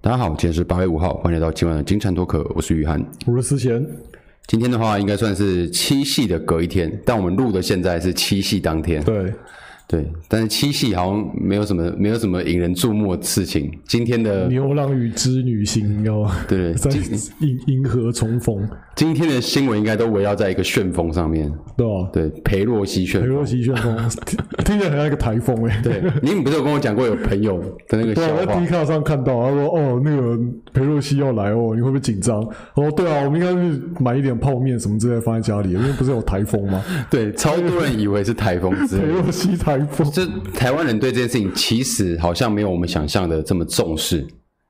大家好，今天是八月五号，欢迎来到今晚的金蝉脱壳，我是雨涵。我是思贤，今天的话应该算是七夕的隔一天，但我们录的现在是七夕当天。对，对，但是七夕好像没有什么没有什么引人注目的事情。今天的牛郎与织女星要对在今银银河重逢，今天的新闻应该都围绕在一个旋风上面，对吧？对，裴洛西旋裴风。洛西旋风，听听起来很像一个台风哎、欸。对，你们不是有跟我讲过有朋友的那个对笑啊，我在话 D？卡上看到，他说：“哦，那个裴洛西要来哦，你会不会紧张？”我说：“对啊，我们应该去买一点泡面什么之类放在家里，因为不是有台风 吗？对，超多人以为是台风之裴类的。洛西台风。这台湾人对这件事情其实好像没有我们想象的这么重视。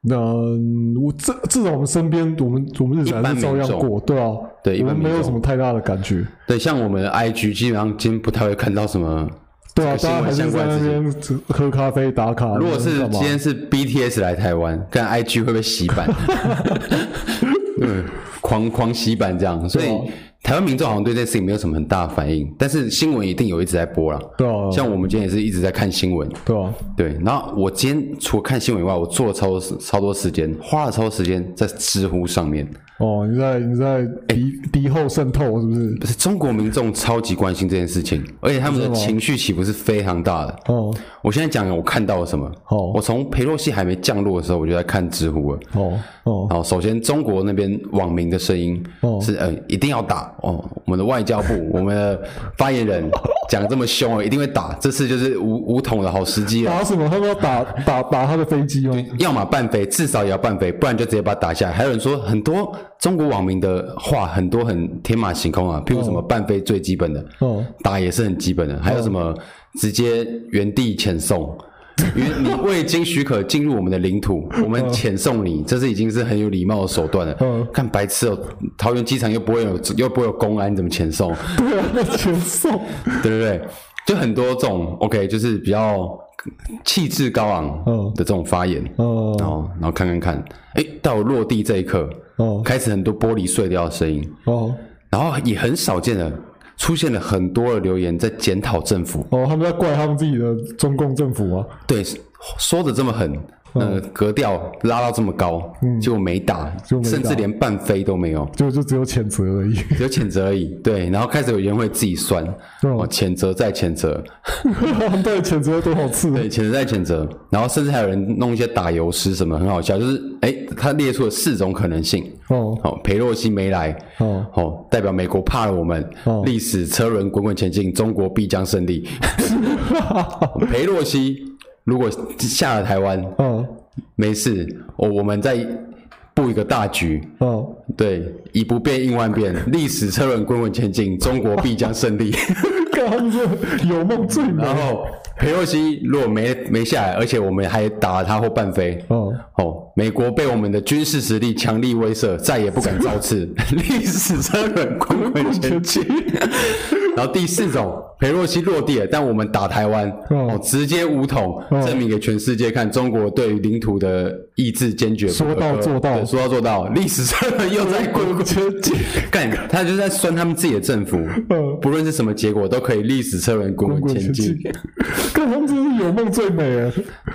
那嗯我至至少我们身边，我们我们日一常般还民是照样众过，对啊，对一我般们没民有众什么太大的感觉。对，像我们的 IG 基本上今天不太会看到什么。对啊，这大个家还是新闻相在关的那事情。边喝咖啡打卡。如果是嗯干嘛今天是 BTS 来台湾，看 IG 会被洗 版，对，狂狂洗版这样。所啊以台湾民众好像对这件事情没有什么很大的反应，但是新闻一定有一直在播啦。对啊，像我们今天也是一直在看新闻，对啊，对。然后我今天除了看新闻以外，我做了超多时超多时间，花了超多时间在知乎上面。哦，你在你在哎敌敌后渗透是不是？不是中国民众超级关心这件事情，而且他们的情绪起伏是非常大的。哦我现在讲我看到了什么？哦我从裴洛西还没降落的时候，我就在看知乎了。哦哦，然后首先中国那边网民的声音哦是、呃一定要打哦，我们的外交 部我们的发言人讲这么凶，一定会打，这次就是武武统的好时机了。打什么？他们 要打打打他的飞机吗？要么半飞，至少也要半飞，不然就直接把他打下来。还有人说，很多中国网民的话很多很天马行空啊，譬如什么半飞最基本的，哦，打也是很基本的，还有什么直接原地遣送，因为你未经许可进入我们的领土，我们遣送你，这是已经是很有礼貌的手段了嗯。看白痴哦，桃园机场又不会有又不会有公安，你怎么遣送？ 对啊，全送。对不对？就很多这种 OK，就是比较气质高昂嗯的这种发言，哦然后然后看看看，哎，到我落地这一刻，哦开始很多玻璃碎掉的声音，哦然后也很少见的出现了很多的留言在检讨政府。哦，他们在怪他们自己的中共政府吗？对，说的这么狠，哦呃，格调拉到这么高，结果没打，嗯结果没打甚至连半飞都没有，就就只有谴责而已。 只有谴责而已。对，然后开始有人会自己酸，嗯哦，谴责再谴 责，他们到底谴责了多少次？对，谴责再谴责，然后甚至还有人弄一些打油诗什么，很好笑，就是哎，他列出了四种可能性。哦哦，裴洛西没来，哦哦，代表美国怕了我们，哦历史车轮滚滚前进，中国必将胜利。 裴洛西如果下了台湾，哦没事，我我们再布一个大局，哦，对，以不变应万变，历史车轮滚滚前进，中国必将胜利。看他们是有梦最美。然后裴洛西如果没没下来，而且我们还打了他或半飞。哦，哦，美国被我们的军事实力强力威慑，再也不敢造 次，历史车轮滚滚前进。然后第四种，裴洛西落地了，但我们打台湾，哦哦，直接武统，证明给全世界看，中国对于领土的意志坚决不可说到割做到对说到做到，历史车轮又在滚滚前进。 干，他就是在酸他们自己的政府嗯，不论是什么结果，都可以历史车轮滚滚滚滚前前进进。。看他们真是有梦最美哎。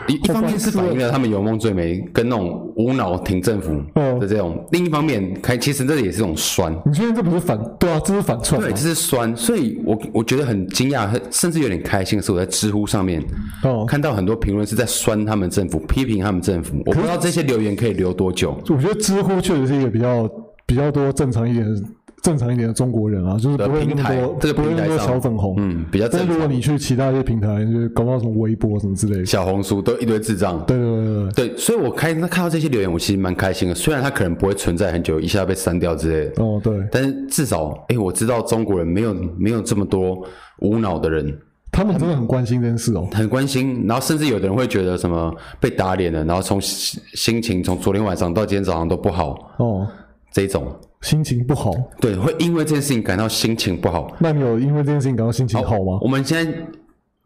一一方面是反映了他们有梦最美跟那种无脑挺政府嗯的这种，另一方面开其实这也是一种酸，你确定这不是反？对啊，这是反串吗对，这？是酸，所以我我觉得很惊讶，甚至有点开心的是我在知乎上面哦看到很多评论是在酸他们政府，批评他们政府，我不知道这些留言可以留多久。我觉得知乎确实是一个比较比较多正常一点的、正常一点的中国人啊，就是不会那平台么多，这个不会平那台么多上小粉红。嗯，比较但正是如常，果你去其他一些平台，就是搞不到什么微博什么之类的。小红书都一堆智障。对对对对对，所以我开看到这些留言，我其实蛮开心的。虽然它可能不会存在很久，一下被删掉之类的，对，哦对，但是至少，哎、我知道中国人没有没有这么多无脑的人，他们真的很关心这件事哦。很关心。然后甚至有的人会觉得什么被打脸了，然后从心心情从昨天晚上到今天早上都不好，哦，这一种，心情不好，对，会因为这件事情感到心情不好。那你有因为这件事情感到心情好吗？我们现在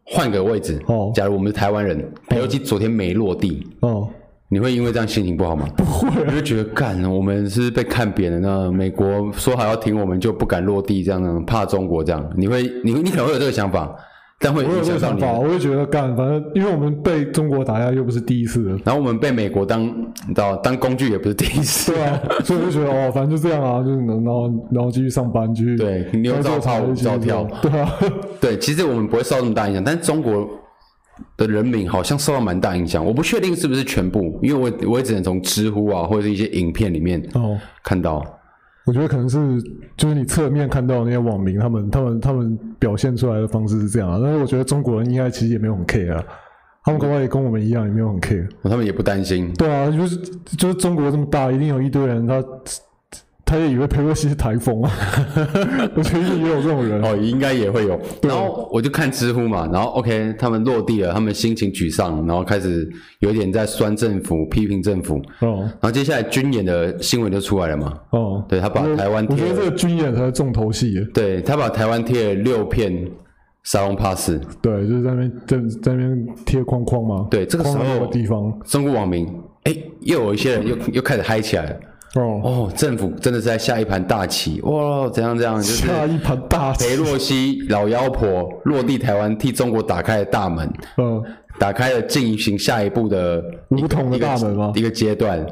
换个位置，哦假如我们是台湾人，裴洛西昨天没落地，哦，你会因为这样心情不好吗？不会、你会觉得干，我们是被看扁的呢。美国说好要停我们，就不敢落地，这样呢，怕中国这样，你会，你你可能会有这个想法。但会我有影这响到你个想法，的。我会觉得干，反正因为我们被中国打压又不是第一次了，然后我们被美国当你知道当工具也不是第一次， 对啊， 所以我就觉得哦，反正就这样啊，就是然后然后继续上班，继续对你有该做照啥跑就继续照做跳对啊， 对，其实我们不会受到那么大影响，但是中国的人民好像受到蛮大影响。我不确定是不是全部，因为我我也只能从知乎啊或者是一些影片里面哦，看到。我觉得可能是就是你侧面看到的那些网民，他们他们他们表现出来的方式是这样啊，但是我觉得中国人应该其实也没有很 care 啊，他们恐怕也跟我们一样，也没有很 care。他们也不担心，对啊，就是就是中国这么大，一定有一堆人他他也以为佩洛西是台风啊， 我觉得一定也有这种人。哦，应该也会有。然后我就看知乎嘛，然后 OK，他们落地了，他们心情沮丧，然后开始有点在酸政府、批评政府。哦然后接下来军演的新闻就出来了嘛，哦，对他把台湾我贴觉了，得这个军演才是重头戏耶。对他把台湾贴了六片沙龙 pass，对，就是在那边在在那边贴框框嘛。对这个时框候框的地方中国网民哎，又有一些人又又开始嗨起来了。 哦，哦，政府真的是在下一盘大棋哇！怎样怎样，就是下一盘大裴棋。洛西老妖婆落地台湾，替中国打开了大门。嗯，打开了进行下一步的武统的大门吗一个阶段。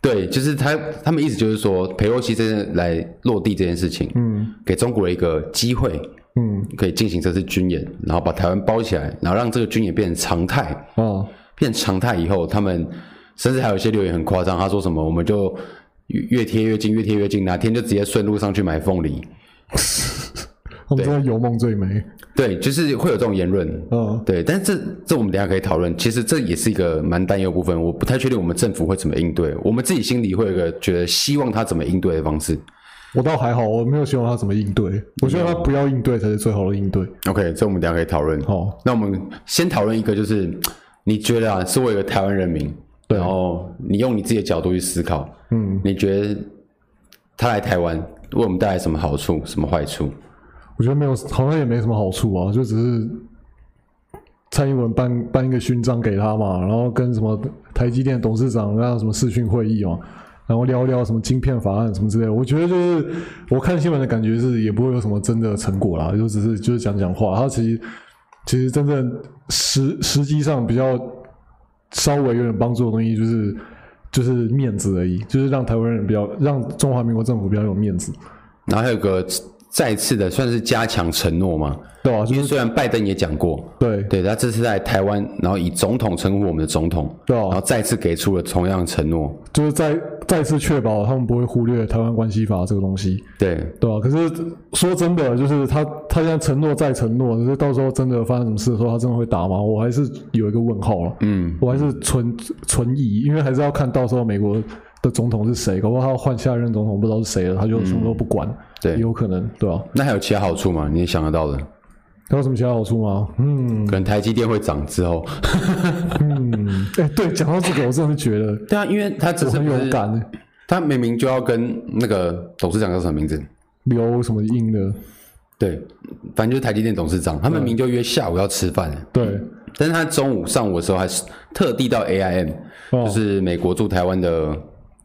对，就是他他们意思就是说，裴洛西真的来落地这件事情，嗯，给中国一个机会，嗯，可以进行这次军演，然后把台湾包起来，然后让这个军演变成常态。哦变成常态以后，他们甚至还有一些留言很夸张，他说什么我们就越越贴越近，越贴越近，哪天就直接顺路上去买凤梨。他们真的有梦最美。对，就是会有这种言论，嗯，对，但是这这我们等一下可以讨论。其实这也是一个蛮担忧的部分，我不太确定我们政府会怎么应对。我们自己心里会有一个觉得希望他怎么应对的方式。我倒还好，我没有希望他怎么应对，我希望他不要应对才是最好的应对。 OK，这我们等一下可以讨论。哦，那我们先讨论一个，就是你觉得啊，作为一个台湾人民，对然后你用你自己的角度去思考，嗯，你觉得他来台湾为我们带来什么好处，什么坏处？我觉得没有，好像也没什么好处啊，就只是蔡英文颁颁一个勋章给他嘛，然后跟什么台积电董事长那什么视讯会议嘛，然后聊一聊什么晶片法案什么之类的。我觉得就是我看新闻的感觉是也不会有什么真的成果啦，就只是就是讲讲话。他其实其实真正实实际上比较稍微有点帮助的东西就是。就是面子而已，就是让台湾人比较，让中华民国政府比较有面子，然后还有个再次的算是加强承诺嘛，对吧、因就是为虽然拜登也讲过，对对，他这次在台湾，然后以总统称呼我们的总统，对啊然后再次给出了同样的承诺，就是再再次确保他们不会忽略台湾关系法这个东西，对，对吧、可是说真的，就是他他现在承诺再承诺，可是到时候真的发生什么事的时候，他真的会打吗？我还是有一个问号了，嗯，我还是存存疑，因为还是要看到时候美国的总统是谁，搞不好他要换下一任总统不知道是谁了，他就什么都不管，嗯对也有可能，对吧、那还有其他好处吗？你想得到的，还有什么其他好处吗？嗯可能台积电会涨之后，嗯，哎、对，讲到这个，我真的觉得对啊，因为他只我是很不有是，感、欸，他明明就要跟那个董事长叫什么名字？留什么印的，对，反正就是台积电董事长，他们明明就约下午要吃饭，对，但是他中午上午的时候还是特地到 AIM，、哦嗯就是美国驻台湾的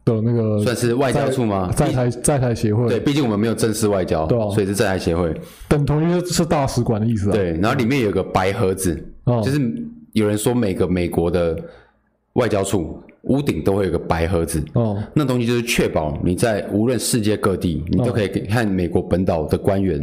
的那个算是外交处吗？在台在台协会，对，毕竟我们没有正式外交，对啊所以是在台协会。等同于是大使馆的意思啊。，对，然后里面有一个白盒子，哦就是有人说每个美国的外交处屋顶都会有个白盒子，哦，那东西就是确保你在无论世界各地，你都可以给看美国本岛的官员，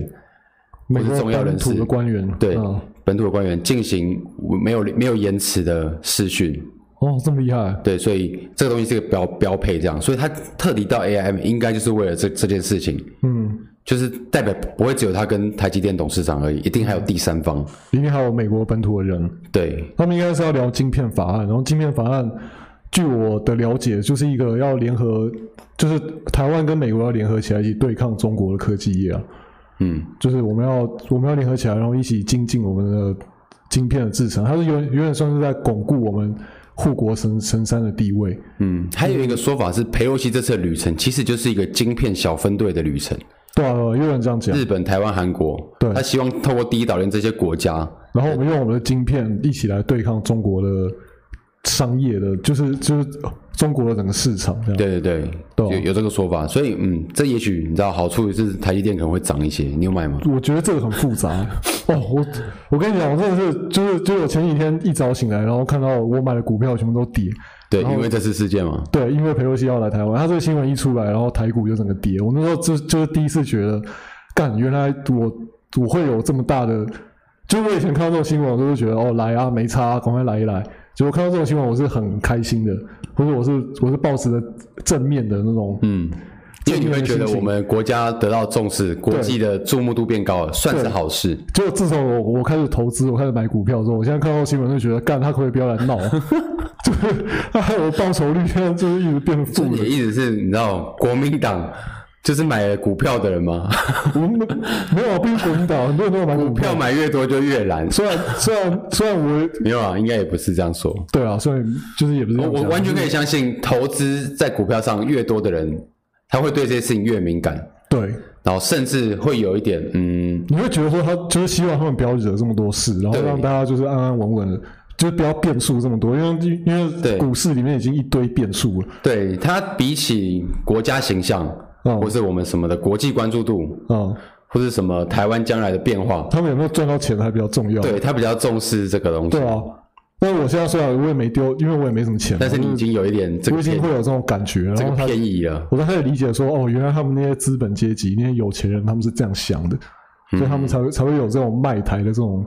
美国重要人本士土的官员，对、嗯本土的官员进行没有没有延迟的视讯。哦，这么厉害，对，所以这个东西是个标标配，这样，所以他特地到 AIM 应该就是为了这这件事情，嗯，就是代表不会只有他跟台积电董事长而已，一定还有第三方。里面还有美国本土的人，对，他们应该是要聊晶片法案，然后晶片法案，据我的了解，就是一个要联合，就是台湾跟美国要联合起来一起对抗中国的科技业啊，嗯，就是我们要我们要联合起来，然后一起精进我们的晶片的制成，它是有点有点算是在巩固我们护国神神山的地位。嗯，还有一个说法是，裴洛西这次的旅程其实就是一个晶片小分队的旅程，对啊，对啊也有人这样讲。日本、台湾、韩国，对他希望透过第一岛链这些国家，然后我们用我们的晶片一起来对抗中国的商业的，就是就是中国的整个市场这样。对对对，对啊有有这个说法，所以嗯，这也许你知道好处是台积电可能会涨一些，你有买吗？我觉得这个很复杂哦，我我跟你讲，我真的是就是就是我前几天一早醒来，然后看到我买的股票全部都跌，对，因为这次事件嘛，对，因为佩洛西要来台湾，他这个新闻一出来，然后台股就整个跌。我那时候就就是第一次觉得，干，原来我我会有这么大的，就我以前看到这种新闻，我都是觉得哦来啊，没差、啊，赶快来一来。结果看到这种新闻，我是很开心的，或者我是我是抱持着正面的那种，嗯，因为你会觉得我们国家得到重视，国际的注目度变高了，算是好事。就自从我我开始投资，我开始买股票之后，我现在看到新闻就觉得，干他可不可以不要来闹、啊？就是他害我报酬率现在就是一直变负你的也，一直是你知道国民党就是买了股票的人嘛，我们没有啊，不是国民党，很多人都有买股股 票票。买越多就越蓝。虽然虽然虽然我没有啊，应该也不是这样说。对啊，所以就是也不是这我样我讲完全可以相信，投资在股票上越多的人，他会对这些事情越敏感，对，然后甚至会有一点嗯，你会觉得说他就是希望他们不要惹这么多事，然后对让大家就是安安稳稳的，就是不要变数这么多，因为因对为股市里面已经一堆变数了对他比起国家形象，嗯或是我们什么的国际关注度，啊、或是什么台湾将来的变化，他们有没有赚到钱还比较重要。对他比较重视这个东西对。啊，但我现在虽然我也没丢，因为我也没什么钱，但是你已经有一点这我个已经偏会有这种感觉，然这后个他。偏移了，我才开始理解说，哦，原来他们那些资本阶级、那些有钱人，他们是这样想的，所以他们才会才会有这种卖台的这种，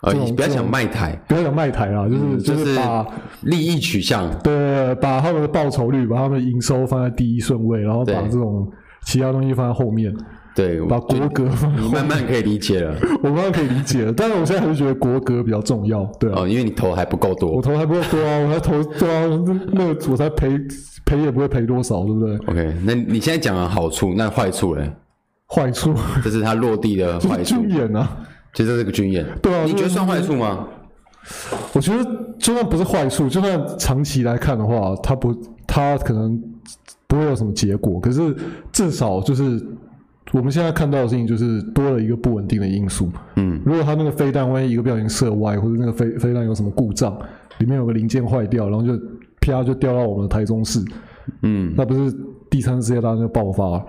呃，这种你不要这种想卖台，不要讲卖台啦，就是、就是把利益取向，对，把他们的报酬率、把他们的营收放在第一顺位，然后把对这种其他东西放在后面，对，把我国格放在你慢慢可以理解了我刚刚可以理解，但是我现在还是觉得国格比较重要。对啊，哦，因为你投还不够我多。投还不够多啊，我才投对啊，那那个我才赔赔也不会赔多少，对不对？ OK，那你现在讲的好处，那坏处嘞？啊坏处这是它落地的坏处 军，演啊，其实这是个军演。对啊你觉就得是算坏处吗？我觉得就算不是坏处，就算长期来看的话，它不，它可能不会有什么结果。可是至少就是我们现在看到的事情，就是多了一个不稳定的因素。嗯，如果它那个飞弹万一一个不小心射歪，或者那个飞飞弹有什么故障，里面有个零件坏掉，然后就啪就掉到我们的台中市，嗯，那不是第三次世界大战就爆发了？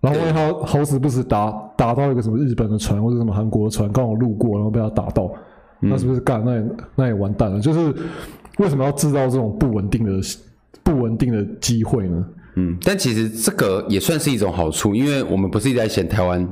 然后万一他好死不死打打到一个什么日本的船或者什么韩国的船，刚好路过，然后被他打到，那是不是干？那也那也完蛋了。就是为什么要制造这种不稳定的不稳定的机会呢？嗯，但其实这个也算是一种好处，因为我们不是一直在嫌台湾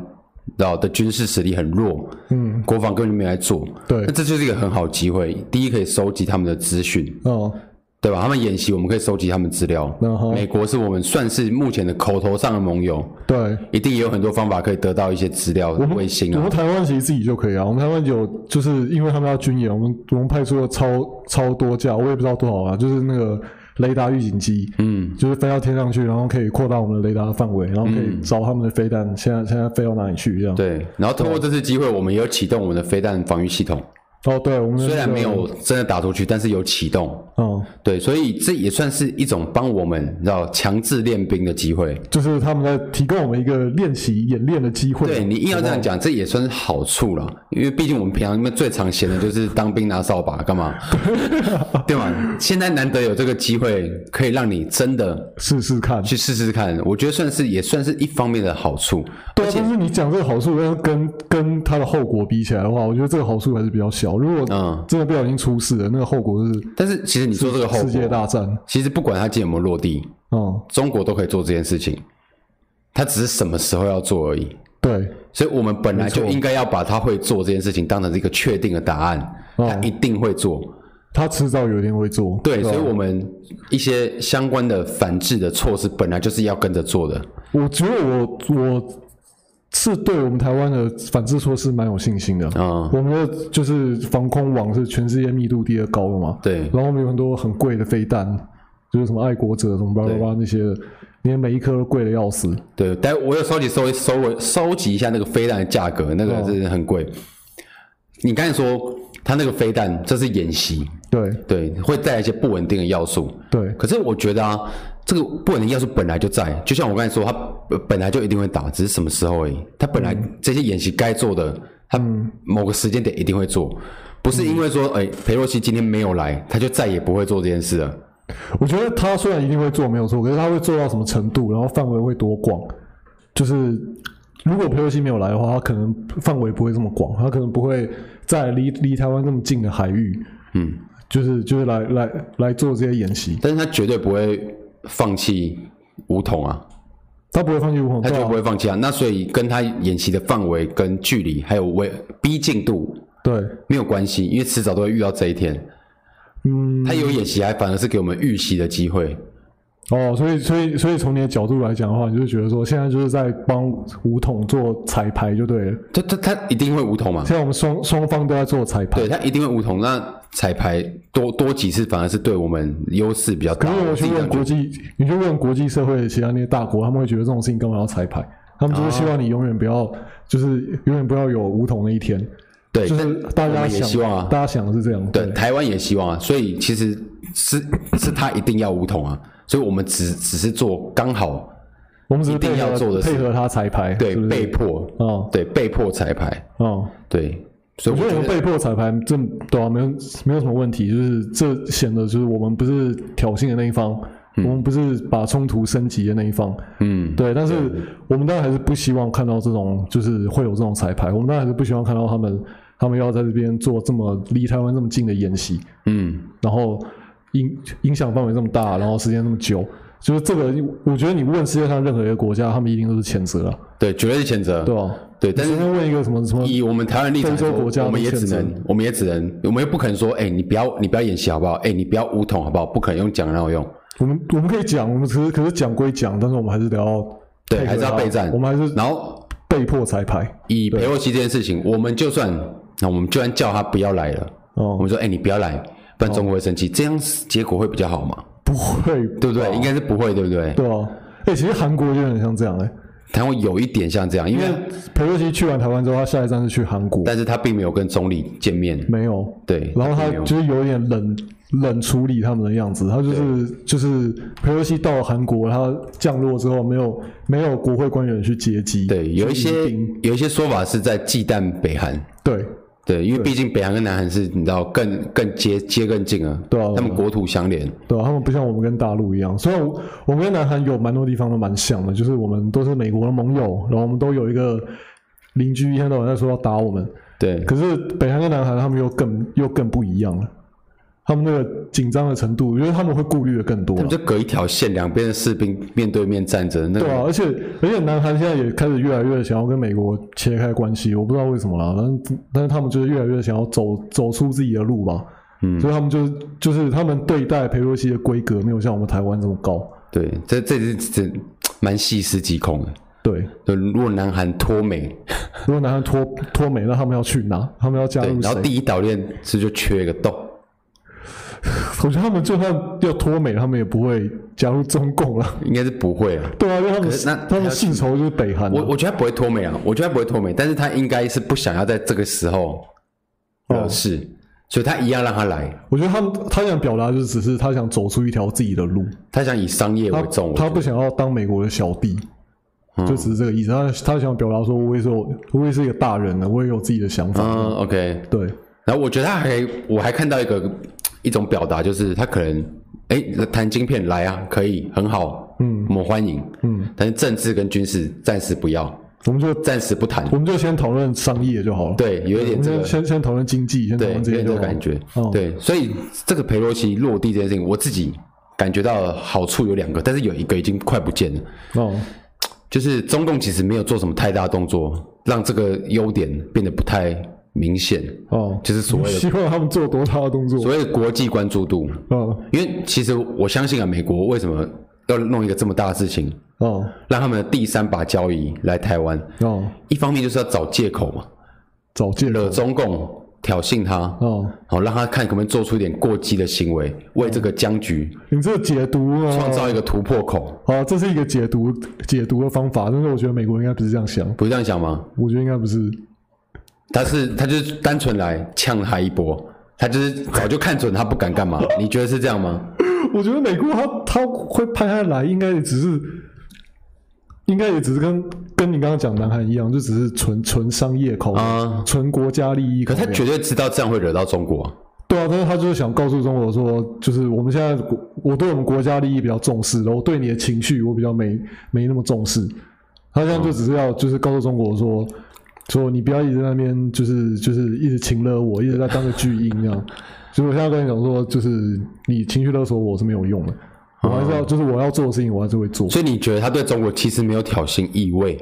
老的军事实力很弱，嗯，国防根本就没来做，对那这就是一个很好的机会。第一，可以收集他们的资讯，哦、对吧？他们演习，我们可以收集他们资料。嗯哼美国是我们算是目前的口头上的盟友，对，一定也有很多方法可以得到一些资料、卫星我啊们。台湾其实自己就可以啊。我们台湾有，就是因为他们要军演，我们我们派出了超超多架，我也不知道多少啊，就是那个雷达预警机，嗯，就是飞到天上去，然后可以扩大我们的雷达范围，然后可以找他们的飞弹，现在现在飞到哪里去这样。，对。然后通过这次机会，我们也有启动我们的飞弹防御系统，哦，对，啊我们虽虽然没，有真的打出去，但是有启动。嗯，对，所以这也算是一种帮我们你知道强制练兵的机会。就是他们在提供我们一个练习演练的机会。对你硬要这样讲，这也算是好处了，因为毕竟我们平常那最常闲的就是当兵拿扫把干 嘛，对吗？现在难得有这个机会，可以让你真的试试看。去试试看，我觉得算是也算是一方面的好处。对啊，但是你讲这个好处，但是跟跟它的后果比起来的话，我觉得这个好处还是比较小。如果嗯真的不小心出事了，那个后果是但是其实你说这个后世界果，大战。其实不管它今天有没有落地，嗯，中国都可以做这件事情，它只是什么时候要做而已。对，所以我们本来就应该要把他会做这件事情当成是一个确定的答案，哦他一定会做。他迟早有一天会做。对，吧所以我们一些相关的反制的措施本来就是要跟着做的。我觉得我我是对我们台湾的反制措施蛮有信心的。嗯我们的就是防空网是全世界密度第二高的嘛，对然后我们有很多很贵的飞弹，就是什么爱国者什么巴拉巴拉那些的，连每一颗都贵的要死。对，但我有收集收收收集一下那个飞弹的价格，那个是很贵。你刚才说他那个飞弹，这是演习，对对，会带来一些不稳定的要素。对可是我觉得啊，这个不稳定要素本来就在，就像我刚才说，它呃本来就一定会打，只是什么嗯时候而已。它本来这些演习该做的，它某个时间点一定会做，不不是因为说，嗯哎、裴洛西今天没有来，他就再也不会做这件事了。我觉得他虽然一定会做没有错，可是他会做到什么程度，然后范围会多广？就是如果佩洛西没有来的话，他可能范围不会这么广，他可能不会在离离台湾那么近的海域，嗯，就是就是来来来做这些演习，但是他绝对不会放弃武统啊，他不会放弃武统，他对就啊不会放弃啊。那所以跟他演习的范围、跟距离，还有为逼近度对，没有关系，因为迟早都会遇到这一天。嗯，他有演习，还反而是给我们预习的机会。哦，所以所以所以从你的角度来讲的话，你就觉得说现在就是在帮武统做彩排就对了，他他他一定会武统嘛？现在我们双双方都在做彩排对，他一定会武统。那彩排多多几次，反而是对我们优势比较可大。是我自己去这问样觉国得际，你去问国际社会其他那些大国，他们会觉得这种事情干嘛要彩排？他们就是希哦望你永远不要，就是永远不要有武统那一天。对，就是大我家们也想，希望啊大家想的是这样。对，台湾也希望啊，所以其实是是他一定要武统啊，所以我们只只是做刚好，我们只是配合一定要做的事配合他彩排，对，是不是被迫，哦对，被迫彩排，哦。对，所我以觉我得我觉们得被迫彩排，这对啊，没有没有什么问题，就是这显得就是我们不是挑衅的那一方，我们不是把冲突升级的那一方，嗯，对，但是我们当然还是不希望看到这种，就是会有这种彩排。我们当然还是不希望看到他们，他们要在这边做这么离台湾这么近的演习，嗯，然后影影响范围这么大，然后时间这么久，就是这个，我觉得你问世界上任何一个国家，他们一定都是谴责了，对，绝对是谴责，对吧、对，但你是随便问一个什么什么，以我们台湾立场来非说，洲嗯国家我们的也只谴责能，我们也只能，我们又不可能说，哎、你不要，你不要演习好不好？哎、你不要武统好不好？不可能用讲让我用，我们我们可以讲，我们只是可是讲归讲，但是我们还是得要对配合还是要他备战我们还是然后被迫彩排。以裴洛西这件事情，我们就算那我们就算叫他不要来了，我哦、们说，哎、你不要来，不然中国会生气，这样结果会比较好嘛？不会，对不对？应该是不会，对不对？哦对啊，哎、其实韩国就很像这样哎、台湾有一点像这样，因为裴洛西去完台湾之后，他下一站是去韩国，但是他并没有跟总理见面，没有。对，然后他并没有就是有点冷冷处理他们的样子，他就是就是裴洛西到了韩国，他降落之后没有没有国会官员去接机，对有一去迎些宾有一些说法是在忌惮北韩，对对，因为毕竟北韩跟南韩是你知道更更接接更近了，对啊他们国土相连，对啊，他们不像我们跟大陆一样，虽然我我们跟南韩有蛮多地方都蛮像的，就是我们都是美国的盟友，然后我们都有一个邻居一天到晚在说要打我们，对，可是北韩跟南韩他们又更又更不一样了，他们那个紧张的程度，我觉得他们会顾虑的更多啊他了们。就隔一条线，两边的士兵面对面战争，那对啊，个而且而且南韩现在也开始越来越想要跟美国切开关系，我不知道为什么啦，但但是他们就是越来越想要走走出自己的路吧。嗯，所以他们就是就是他们对待裴洛西的规格没有像我们台湾这么高。对，这这是这蛮细思极恐的。对，就如果南韩脱美，如果南韩脱脱美，那他们要去哪？他们要加对，入然后谁？第一岛链是就缺一个洞，我觉得他们就算要脱美，他们也不会加入中共了。 应该是不会啊。对啊，因为他们是那他们性仇就是北韩啊、我我觉得他不会脱美啊，我觉得他不会脱美，但是他应该是不想要在这个时候哦惹事，所以他一样让他来，我觉得他们他想表达就是只是他想走出一条自己的路。他想以商业为重。他不想要当美国的小弟，嗯就只是这个意思。他他想表达说，我也是有，我也是一个大人了，我也有自己的想法。嗯，OK。对，然后我觉得他还，我还看到一个一种表达，就是他可能哎谈晶片来啊，可以很好，嗯，我们欢迎，嗯，但是政治跟军事暂时不要，我们就暂时不谈我，们就先讨论商业就好了。，对，有一我点们这先个。先先讨论经济，先讨对，论有这些点这就个好感觉。哦对，所以这个裴洛西落地这件事情，我自己感觉到好处有两个，但是有一个已经快不见了。哦，就是中共其实没有做什么太大动作，让这个优点变得不太明显，哦，就是所谓的希望他们做多大的动作？所谓的国际关注度。哦因为其实我相信啊，美国为什么要弄一个这么大的事情，哦让他们的第三把交椅来台湾？哦，一方面就是要找借口嘛，找借口惹中共挑衅他，哦，好让他看可不可以做出一点过激的行为，为这个僵局你这个解读创啊，造一个突破口，哦，这是一个解读解读的方法，但是我觉得美国应该不是这样想，不是这样想吗？我觉得应该不是。他是他就是单纯来呛他一波，他就是早就看准他不敢干嘛，你觉得是这样吗？我觉得美国他他会派他来，应该也只是应该也只是跟跟你刚刚讲南韩一样，就只是纯纯商业考啊量，纯国家利益考可量。他绝对知道这样会惹到中国啊、对啊，但是他就是想告诉中国说，就是我们现在国，我对我们国家利益比较重视，然后对你的情绪我比较没没那么重视。他现在就只是要就是告诉中国说，说你不要一直在那边就是就是一直请了我，一直在当个巨婴这样。所以我现在跟你讲说，就是你情绪勒索我是没有用的，我还是要就是我要做的事情我还是会做，所以你觉得他对中国其实没有挑衅意味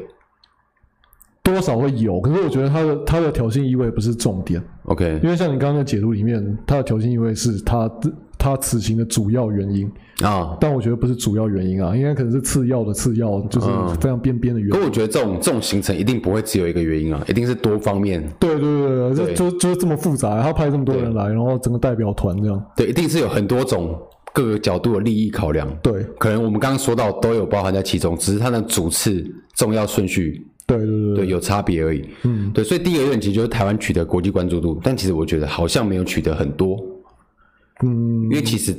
多少会有。可是我觉得他的他的挑衅意味不是重点， ？OK 因为像你刚刚的解读里面，他的挑衅意味是他他此行的主要原因。啊，但我觉得不是主要原因啊，应该可能是次要的次要，就是嗯非常边边的原因。可我觉得这种这种行程一定不会只有一个原因啊，一定是多方面，对对对对对，就就就是这么复杂，他派这么多人来，然后整个代表团这样，对，一定是有很多种各个角度的利益考量。对可能我们刚刚说到都有包含在其中，只是它的主次重要顺序对对对对有差别而已。嗯，对，所以第一个任期就是台湾取得国际关注度，但其实我觉得好像没有取得很多，嗯，因为其实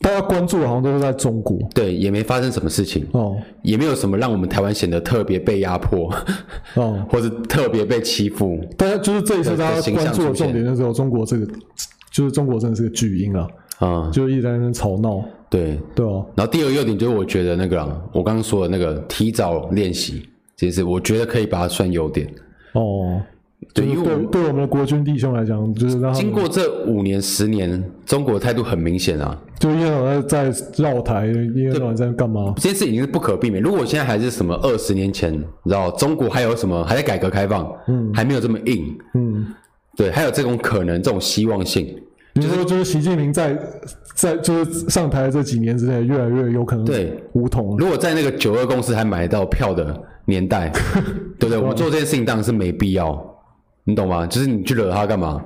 大家关注的好像都是在中国对也没发生什么事情，哦也没有什么让我们台湾显得特别被压迫， 哦，或是特别被欺负。大家就是这一次大家关注的重点就是有中国这个，就是中国真的是个巨婴啊，啊、就一直在那边吵闹，对。对啊，然后第二个优点就是我觉得那个啊我刚刚说的那个提早练习这件事，我觉得可以把它算优点。哦，对，就因是为我对对我们的国军弟兄来讲，就是让他经们过这五年十年，中国的态度很明显啊，就一天到晚在绕台，一天到晚在干嘛？这件事已经是不可避免。如果现在还是什么二十年前，你知道中国还有什么还在改革开放，嗯，还没有这么硬，嗯。对，还有这种可能，这种希望性，就是说，就是习近平在在就是上台这几年之内，越来越有可能对武统了。如果在那个九二共识还买得到票的年 代，对不对？我们做这件事情当然是没必要，你懂吗？就是你去惹他干嘛？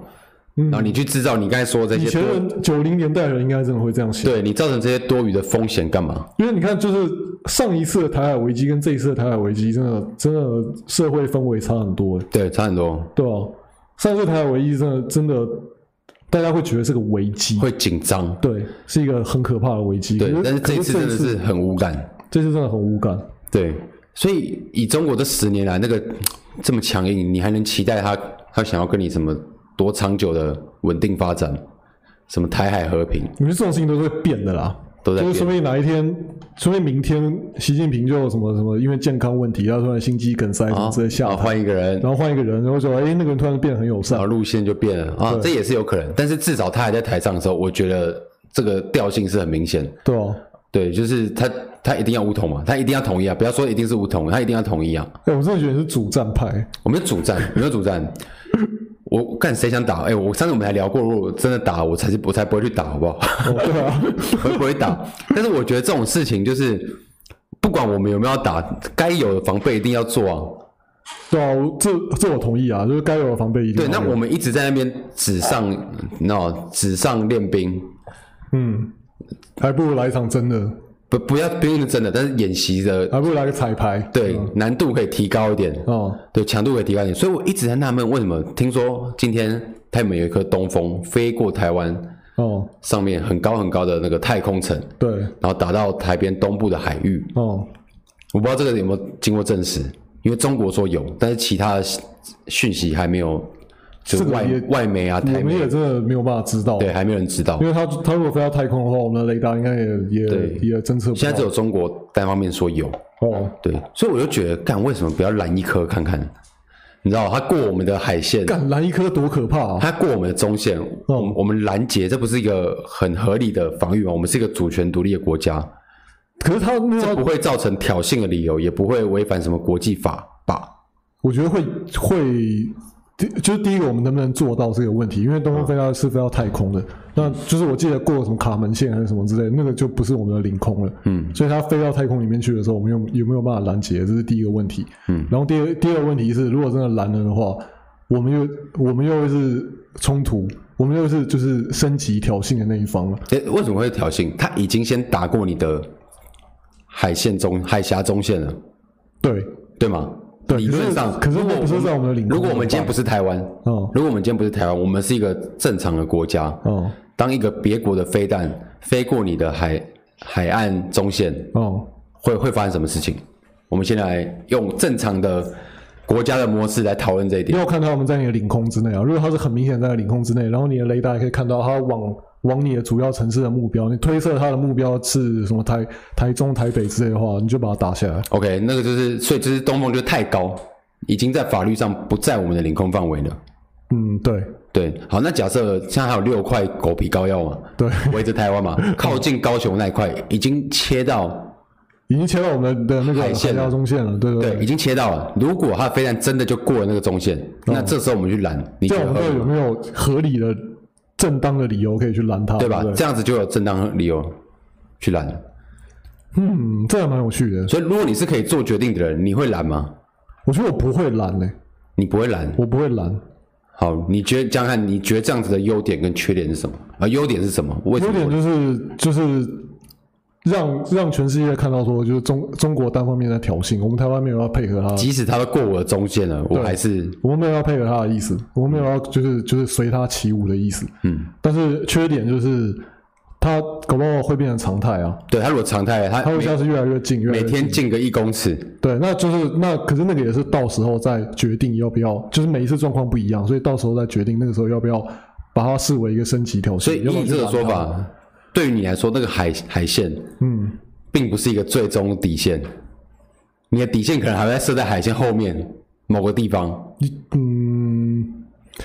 然后你去制造嗯你刚才说的这以些前多，人九零年代人应该真的会这样想，对你造成这些多余的风险干嘛？因为你看，就是上一次的台海危机跟这一次的台海危机，真的真的社会氛围差很多，欸对，差很多，对吧、上一次台海危机真的真的，大家会觉得是个危机，会紧张，对，是一个很可怕的危机。对可。但是可这一次真的是很无感。这次真的很无感，对，所以以中国这十年来那个这么强硬，你还能期待他他想要跟你什么多长久的稳定发展，什么台海和平？因为这种事情都是会变的啦。都在就是说变不定哪一天，说不定明天习近平就什么什么，因为健康问题，他啊突然心肌梗塞什么之类下啊，台，换一个人，然后换一个人，然后说，哎，那个人突然变得很友善然后，路线就变了啊，这也是有可能。但是至少他还在台上的时候，我觉得这个调性是很明显。对哦。对，就是他他一定要武统嘛，他一定要统一啊，不要说一定是武统，他一定要统一啊。哎，我真的觉得是主 战派，我们有主战，没有主战。我干谁想打？哎、我上次我们还聊过，如果真的打，我才是我才不会去打，好不好？ 哦对啊，会不会打？但是我觉得这种事情就是，不管我们有没有打，该有的防备一定要做啊。对啊，我这这我同意啊，就是该有的防备一定对，要那有我们一直在那边纸上，那纸上练兵，嗯，还不如来一场真的，不不要不用真的，但是演习的还不如来个彩排，对难度可以提高一点，哦，对强度可以提高一点。所以我一直在纳闷，为什么听说今天他们有一颗东风飞过台湾哦，上面很高很高的那个太空城，对，然后打到台边东部的海域，哦，啊我不知道这个有没有经过证实，因为中国说有，但是其他的讯息还没有，就是这个外也外媒啊、我台们媒也真的没有办法知道，对还没有人知道因。为他他如果飞到太空的话，我们的雷达应该也也对也侦测不现在到只有中国单方面说有，哦。对，所以我就觉得，干为什么不要拦一颗看看？你知道，它过我们的海线，干哦蓝一颗多可怕啊！它过我们的中线，我们我们拦截，这不是一个很合理的防御吗？我们是一个主权独立的国家，可是他那这要，不会造成挑衅的理由，也不会违反什么国际法吧？我觉得会会，第就是第一个，我们能不能做到这个问题？因为东风飞到是飞到太空的，那就是我记得过什么卡门线还是什么之类，那个就不是我们的领空了。嗯，所以它飞到太空里面去的时候，我们有有没有办法拦截？这是第一个问题。嗯，然后第二第二个问题是，如果真的拦了的话，我们又我们又是冲突，我们又是就是升级挑衅的那一方了。诶，为什么会挑衅？他已经先打过你的海线中海峡中线了，对对吗？对，理论上，可是可如是果那不是在我们的领空。如果我们今天不是台湾，哦如果我们今天不是台湾，我们是一个正常的国家，哦当一个别国的飞弹飞过你的海海岸中线，哦，会会发生什么事情？我们先来用正常的国家的模式来讨论这一你点。有看到他们在你的领空之内啊？如果它是很明显在你的领空之内，然后你的雷达也可以看到它往往你的主要城市的目标，你推测它的目标是什么台台中、台北之类的话，你就把它打下来。 OK，那个就是，所以就是东风就是太高，已经在法律上不在我们的领空范围了。嗯，对对，好，那假设现在还有六块狗皮膏药嘛，对，围着台湾嘛，靠近高雄那一块已经切到已经切到我们的那个海海线了峡中线了，对对对，已经切到了。如果他的飞弹真的就过了那个中线，那这时候我们去拦，你觉这样得合我们理就有吗没有合理的、正当的理由可以去拦它，对对吧不？对这样子就有正当理由去拦。嗯，这还蛮有趣的。所以，如果你是可以做决定的人，你会拦吗？我觉得我不会拦呢、你不会拦。我不会拦。好，你觉得江汉，你觉得这样子的优点跟缺点是什么？啊，优点是什么？为什优么点会？就是就是让让全世界看到说，就是中中国单方面在挑衅，我们台湾没有要配合他，即使他都过我的中线了，我还是我们没有要配合他的意思，我们没有要就是就是随他起舞的意思。嗯，但是缺点就是他搞不好会变成常态啊，对他如果常态，他他会每像是越来越近，越来每越天进个一公尺，对，那就是那可是那个也是到时候再决定要不要，就是每一次状况不一样，所以到时候再决定那个时候要不要把它视为一个升级挑衅。所以要不要依去这个打说它法，对于你来说，那个海海线，嗯，并不是一个最终底线，你的底线可能还会设在海线后面某个地方。嗯，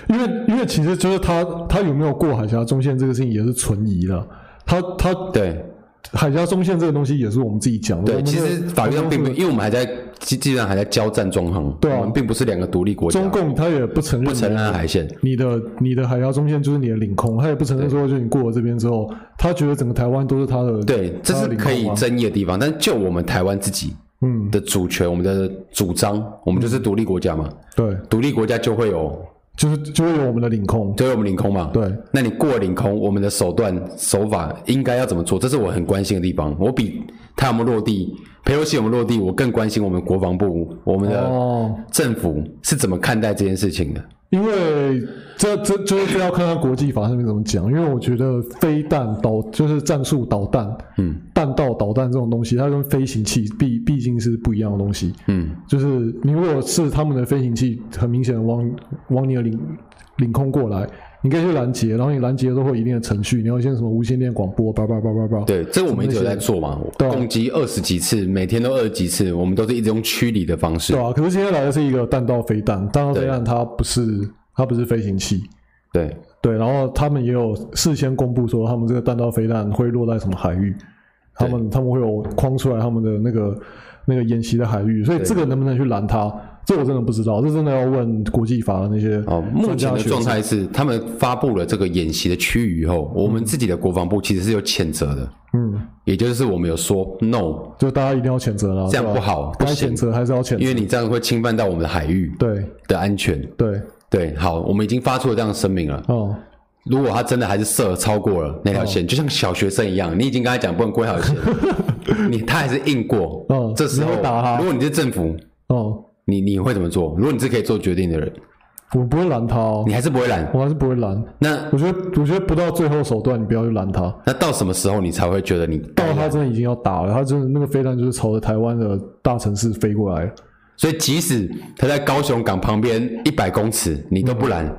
因为因为其实就是他他有没有过海峡中线这个事情也是存疑的，他他对海峡中线这个东西也是我们自己讲的。对，我们其这个实法律上并不，因为我们还在基基本上还在交战状况，对啊我们并不是两个独立国家，中共他也不承认不承认海线。你的你的海峡中线就是你的领空，他也不承认说就你过了这边之后，他觉得整个台湾都是他的。对，这他是的领可以空啊争议的地方，但就我们台湾自己嗯，的主权，我们的主张，我们就是独立国家嘛，对，独立国家就会有就是就会有我们的领空。就有我们领空嘛，对，那你过领空，我们的手段手法应该要怎么做？这是我很关心的地方。我比他有没有落地，佩洛西有没有落地，我更关心我们国防部、我们的哦，政府是怎么看待这件事情的。因为这这就是这要看看国际法上面怎么讲，因为我觉得飞弹导就是战术导弹，嗯，弹道导弹这种东西，它跟飞行器毕毕竟是不一样的东西。嗯，就是你如果是他们的飞行器，很明显地往往你的领领空过来，你可以去拦截，然后你拦截都会有一定的程序，你要先什么无线电广播，叭叭叭叭叭。对，这我们一直有在做嘛，对啊攻击二十几次，每天都二十几次，我们都是一直用驱离的方式对。啊，可是今天来的是一个弹道飞弹，弹道飞对弹它不是它不是飞行器，对，对，然后他们也有事先公布说，他们这个弹道飞弹会落在什么海域，他们他们会有框出来他们的那个那个演习的海域，所以这个能不能去拦它，这我真的不知道，这真的要问国际法的那些哦，目专前家的学状者。态是，他们发布了这个演习的区域以后，我们自己的国防部其实是有谴责的，嗯，也就是我们有说 no，就大家一定要谴责了，这样对不吧好不该行谴责还是要谴因责。为你这样会侵犯到我们的海域对的安全。对对，好，我们已经发出了这样的声明了。哦，如果他真的还是射超过了那条线，就像小学生一样，你已经跟他讲不能过那条 线，你他还是硬过。嗯这时候你会打他如果你是政府，哦，你你会怎么做？如果你是可以做决定的人，我不会拦他哦你，还是不会拦。我还是不会拦。那我觉得我觉得不到最后手段，你不要去拦他。那到什么时候你才会觉得你到他真的已经要打了，他真的那个飞弹就是朝着台湾的大城市飞过来了。所以即使他在高雄港旁边一百公尺，你都不拦，嗯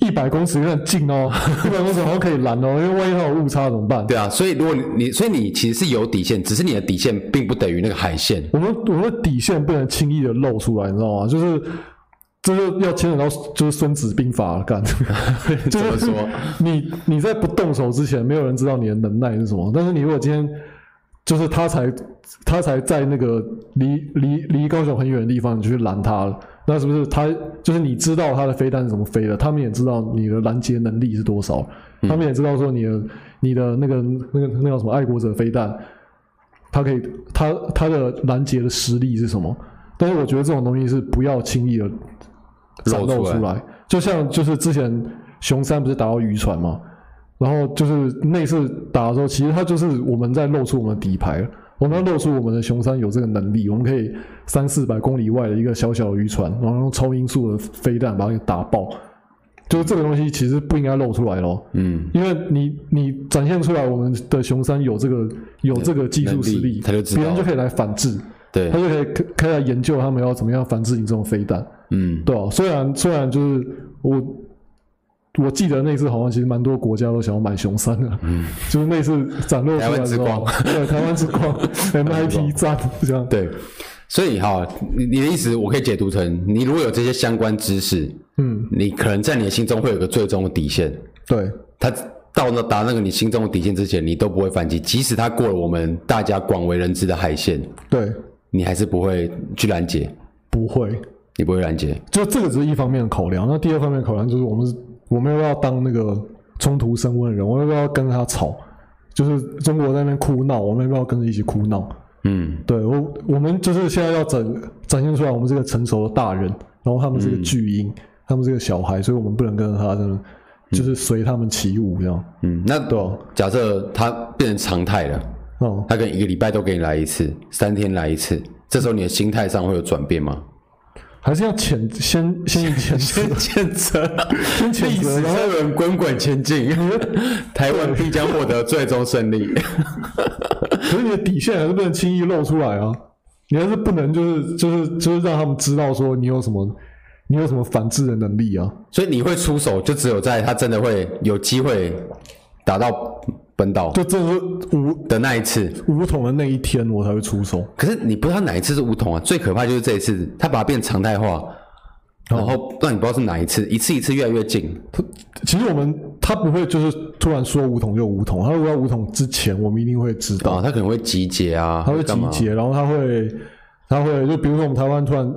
一百公尺有点 近哦，一百公尺好像可以拦哦，因为万一它有误差怎么办？对啊。所以如果你你，所以你其实是有底线，只是你的底线并不等于那个海线。我们我们的底线不能轻易的露出来，你知道吗？就是这就要牵扯到就是《孙子兵法》了，干， 怎么就是说 你你在不动手之前，没有人知道你的能耐是什么，但是你如果今天就是他才他才在那个离离离高雄很远的地方，你就去拦他了。那是不是他就是你知道他的飞弹是怎么飞的？他们也知道你的拦截能力是多少，他们也知道说你的你的那个那个那个叫什么爱国者飞弹，他可以他他的拦截的实力是什么？但是我觉得这种东西是不要轻易的展露露出来出来，就像就是之前熊三不是打到渔船嘛，然后就是那次打的时候，其实他就是我们在露出我们的底牌了。我们要露出我们的熊山有这个能力，我们可以三四百公里外的一个小小的渔船，然后用超音速的飞弹把它给打爆。就是这个东西其实不应该露出来咯，嗯。因为你你展现出来我们的熊山有这个有这个技术实能力力，他就知道别人就可以来反制。对他，就可以开开始研究他们要怎么样反制你这种飞弹。嗯，对、啊，虽然虽然就是我我记得那次好像其实蛮多国家都想要买熊三的， 就是那次展露出来之嗯后，台湾对台湾 之光 MIT 站这样，对。所以哈，你你的意思我可以解读成，你如果有这些相关知识，嗯，你可能在你的心中会有个最终的底线，对他到那达那个你心中的底线之前，你都不会反击，即使他过了我们大家广为人知的海线，对，你还是不会去拦截，不会，你不会拦截，就这个只是一方面的考量。那第二方面的考量就是我们是我们要不要当那个冲突升温的人，我们要不要跟他吵？就是中国在那边哭闹，我们要不要跟着一起哭闹？嗯，对我，我们就是现在要展展现出来，我们是个成熟的大人，然后他们是个巨婴，他们是个小孩，所以我们不能跟着他这么，就是随他们起舞这样。嗯，那对啊假设他变成常态了，哦、他可能一个礼拜都给你来一次，三天来一次，这时候你的心态上会有转变 吗？还是要谴先先以谴责，谴责， 啊先谴责，然后车轮滚滚前进，台湾必将获得最终胜利。可是你的底线还是不能轻易露出来啊！你还是不能就是就是就是让他们知道说你有什么你有什么反制的能力啊！ 所以你会出手，就只有在他真的会有机会打到本岛就这是武的那一次。武统的那一天，我才会出手。可是你不知道哪一次是梧桐啊，最可怕就是这一次，他把它变常态化，然后让你不知道是哪一次，一次一次越来越近。他其实我们他不会就是突然说武统就武统，他如果要武统之前，我们一定会知道，哦，他可能会集结啊，他会集干嘛，结，然后他会他会就比如说我们台湾突然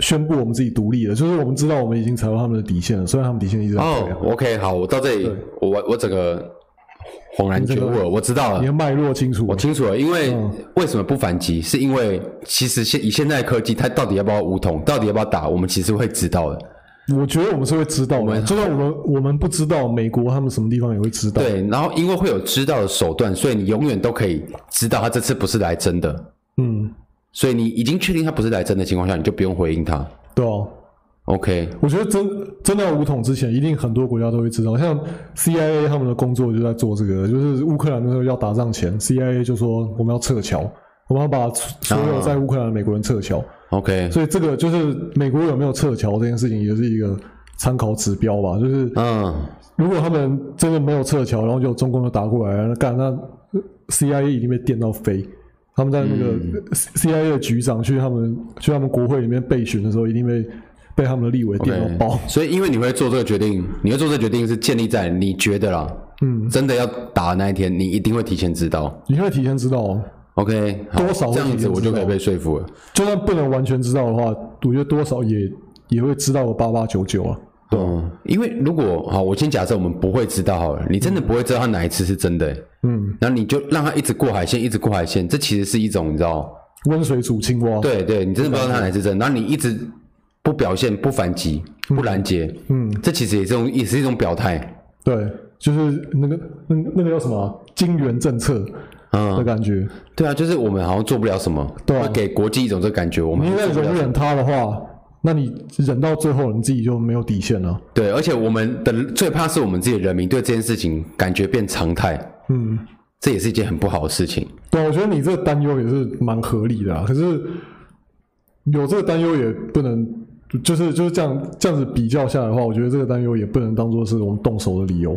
宣布我们自己独立了，就是我们知道我们已经踩到他们的底线了，虽然他们底线一直在推哦啊、 ，OK，好，我到这里，我我我整个恍然觉悟了，我知道了你的，脉络清楚我，清楚了。因为嗯为什么不反击，是因为其实现以现在的科技，它到底要不要梧桐，到底要不要打，我们其实会知道的。我觉得我们是会知道的，就算我们我们不知道，美国他们什么地方也会知道，对，然后因为会有知道的手段，所以你永远都可以知道他这次不是来真的。嗯，所以你已经确定他不是来真的情况下，你就不用回应他。对啊。 OK，我觉得真真的要武统之前，一定很多国家都会知道，像 CIA 他们的工作就在做这个，就是乌克兰那时候要打仗前，CIA 就说我们要撤侨，我们要把所有在乌克兰的美国人撤侨， OK，所以这个就是美国有没有撤侨这件事情，也是一个参考指标吧。就是嗯，如果他们真的没有撤侨，然后就中共就打过来，那干那呃 CIA 一定被电到飞。他们在那个嗯呃 CIA 的局长去他们去他们国会里面备询的时候，一定被被他们的立委电到爆。所以因为你会做这个决定，你会做这个决定是建立在你觉得啦，嗯，真的要打的那一天，你一定会提前知道。你会提前知道哦， OK，好多少会这样提前子我就知可道以被说服了。就算不能完全知道的话，我觉得多少也也会知道个八八九九啊。嗯，因为如果好，我先假设我们不会知道好了，你真的不会知道他哪一次是真的、欸嗯，然后你就让他一直过海线，一直过海线，这其实是一种你知道，温水煮青蛙。，对对，你真的不知道他哪一次真的，然后你一直不表现、不反击、不拦截，嗯，这其实也是一种也是一种表态，对，就是那个那那个叫什么啊金元政策嗯的，感觉。对啊，就是我们好像做不了什么，对啊会给国际一种这个感觉，我们你好在像做不容了忍他的话，那你忍到最后，你自己就没有底线了。对，而且我们的最怕是我们自己的人民对这件事情感觉变常态，嗯，这也是一件很不好的事情。对啊，我觉得你这个担忧也是蛮合理的、啊，可是有这个担忧也不能，就是就是这样这样子比较下来的话，我觉得这个担忧也不能当做是我们动手的理由。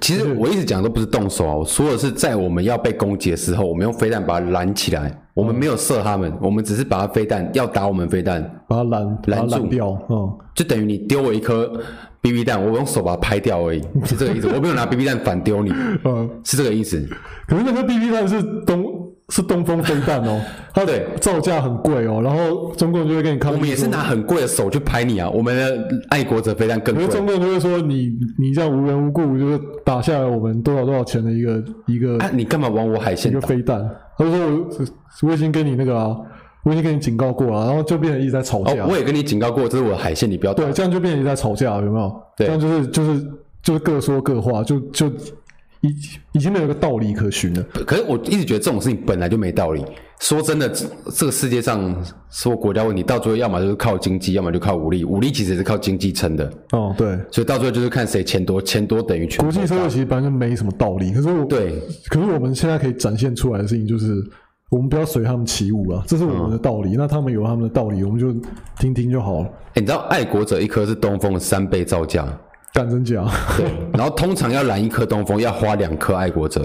其实我一直讲都不是动手啊，我说的是在我们要被攻击的时候，我们用飞弹把它拦起来，我们没有射他们，我们只是把它飞弹要打我们飞弹，把它拦，把它拦拦住掉，嗯，就等于你丢我一颗 BB 弹，我用手把它拍掉而已，是这个意思。我没有拿 BB 弹反丢你，呃，是这个意思。可是那颗 BB 弹是东是东风飞弹哦，它对造价很贵哦，然后中共就会跟你抗我议，们也是，拿很贵的手去拍你啊，我们的爱国者飞弹更可贵是。中共就会说你你这样无缘无故就是打下来我们多少多少钱的一个一个啊，你干嘛往我海一线个打？飞弹，他就说我我已经跟你那个啊，我已经跟你警告过了，然后就变成一直在吵架，哦，我也跟你警告过，这是我的海线，你不要打。对，这样就变成一直在吵架，有没有？对这样就是就是就是各说各话，就就已已经没有一个道理可循了。可是我一直觉得这种事情本来就没道理。说真的，这这个世界上所有国家问题，到最后要么就是靠经济，要么就靠武力。武力其实也是靠经济撑的，哦，对，所以到最后就是看谁钱多，钱多等于权国。际社会其实本来就没什么道理，可是我对，可是我们现在可以展现出来的事情就是，我们不要随他们起舞啊，这是我们的道嗯理。那他们有他们的道理，我们就听听就好了。哎、你知道爱国者一颗是东风的三倍造价，干真假？对，然后通常要拦一颗东风要花两颗爱国者，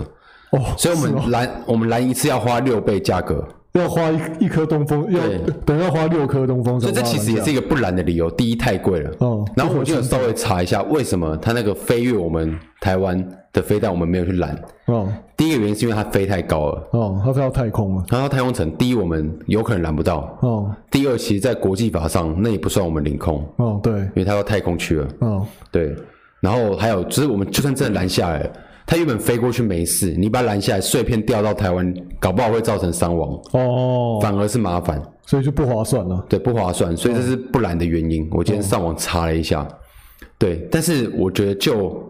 哦，所以我是哦们拦、我们拦一次要花六倍价格，要花一一颗东风，要对等于要花六颗东风才所花以得这完其价。实也是一个不拦的理由。第一太贵了，哦然后我就有稍微查一下为什么它那个飞越我们台湾的飞弹我们没有去拦，哦第一个原因是因为它飞太高了。哦，他飞到太空了。然后太空城，第一我们有可能拦不到，哦第二其实在国际法上那也不算我们领空，哦，对，因为它到太空去了。哦对，然后还有就是我们就算真的拦下来了，它原本飞过去没事，你把它拦下来，碎片掉到台湾，搞不好会造成伤亡，哦哦，反而是麻烦，所以就不划算了。对，不划算，所以这是不拦的原因。我今天上网查了一下，对，但是我觉得就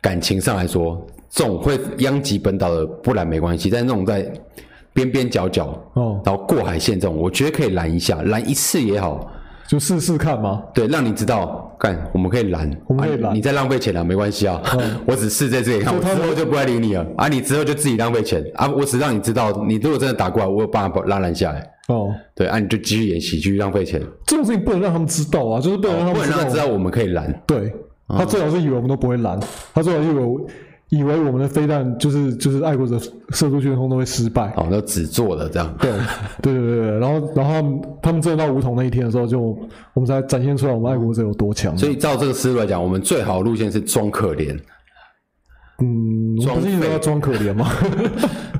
感情上来说，这种会殃及本岛的不拦没关系，但是那种在边边角角，哦，然后过海线这种，我觉得可以拦一下，拦一次也好。就试试看嘛。对，让你知道，干，我们可以拦，我们可以啊拦嗯你再浪费钱了、没关系啊，我只试这次给你看，我所以他之们后就不会理你了啊，你之后就自己浪费钱啊，我只让你知道，你如果真的打过来，我有办法把拉拦下来，哦，对啊，你就继续演戏，继续浪费钱，这种事情不能让他们知道啊，就是不能让他哦不能们知让道他知道嗯我们可以拦，对，他最好是以为我们都不会拦，他最好是以为我以为我们的飞弹就是就是爱国者射出去的轰都会失败。哦，那只做了这样，对，对对对对，然后然后他们他们真的到五统那一天的时候就，我们才展现出来我们爱国者有多强。所以照这个思路来讲，我们最好的路线是装可怜，嗯，我们不是一直都在装可怜吗？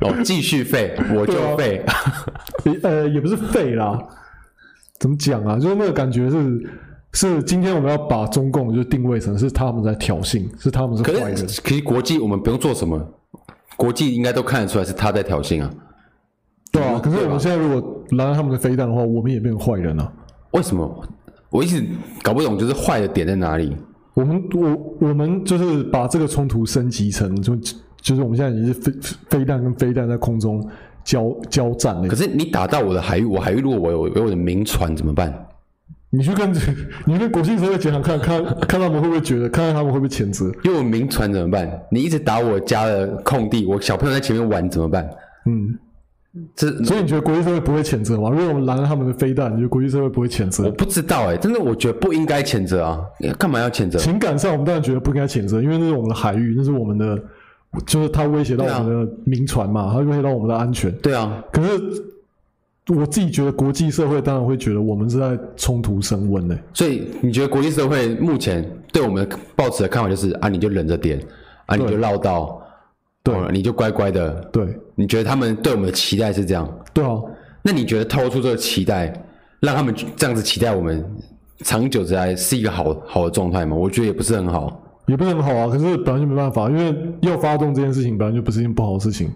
哦，继续废，我 就啊废，也呃，也不是废啦，怎么讲啊？就是那个感觉是是今天我们要把中共就定位成是他们在挑衅，是他们是可坏人。是其实国际我们不用做什么，国际应该都看得出来是他在挑衅啊，对啊，可是我们现在如果拦了他们的飞弹的话，我们也变成坏人了、为什么？我一直搞不懂，就是坏的点在哪里？我们我我们就是把这个冲突升级成就就是我们现在已经是飞飞弹跟飞弹在空中交交战了可。是你打到我的海域，我海域如果我有有我的民船怎么办？你去跟你跟国庆社会讲讲看看看他们会不会觉得，看看他们会不会谴责。因为我民船怎么办？你一直打我家的空地，我小朋友在前面玩怎么办？嗯，这所以你觉得国际社会不会谴责吗？如果我们拦了他们的飞弹，你觉得国际社会不会谴我责？不知道哎、真的我觉得不应该谴责啊！干嘛要谴责？情感上，我们当然觉得不应该谴责，因为那是我们的海域，那是我们的，就是它威胁到我们的民船嘛，它威胁到我们的安全。对啊，可是我自己觉得，国际社会当然会觉得我们是在冲突升温呢、欸所以你觉得国际社会目前对我们抱持的看法就是啊，你就忍着点，啊，你就绕道，对哦你就乖乖的。对你觉得他们对我们的期待是这样？对啊，那你觉得掏出这个期待，让他们这样子期待我们，长久之来是一个好好的状态吗？我觉得也不是很好。也不是很好啊。可是本来就没办法，因为要发动这件事情，本来就不是一件不好的事情。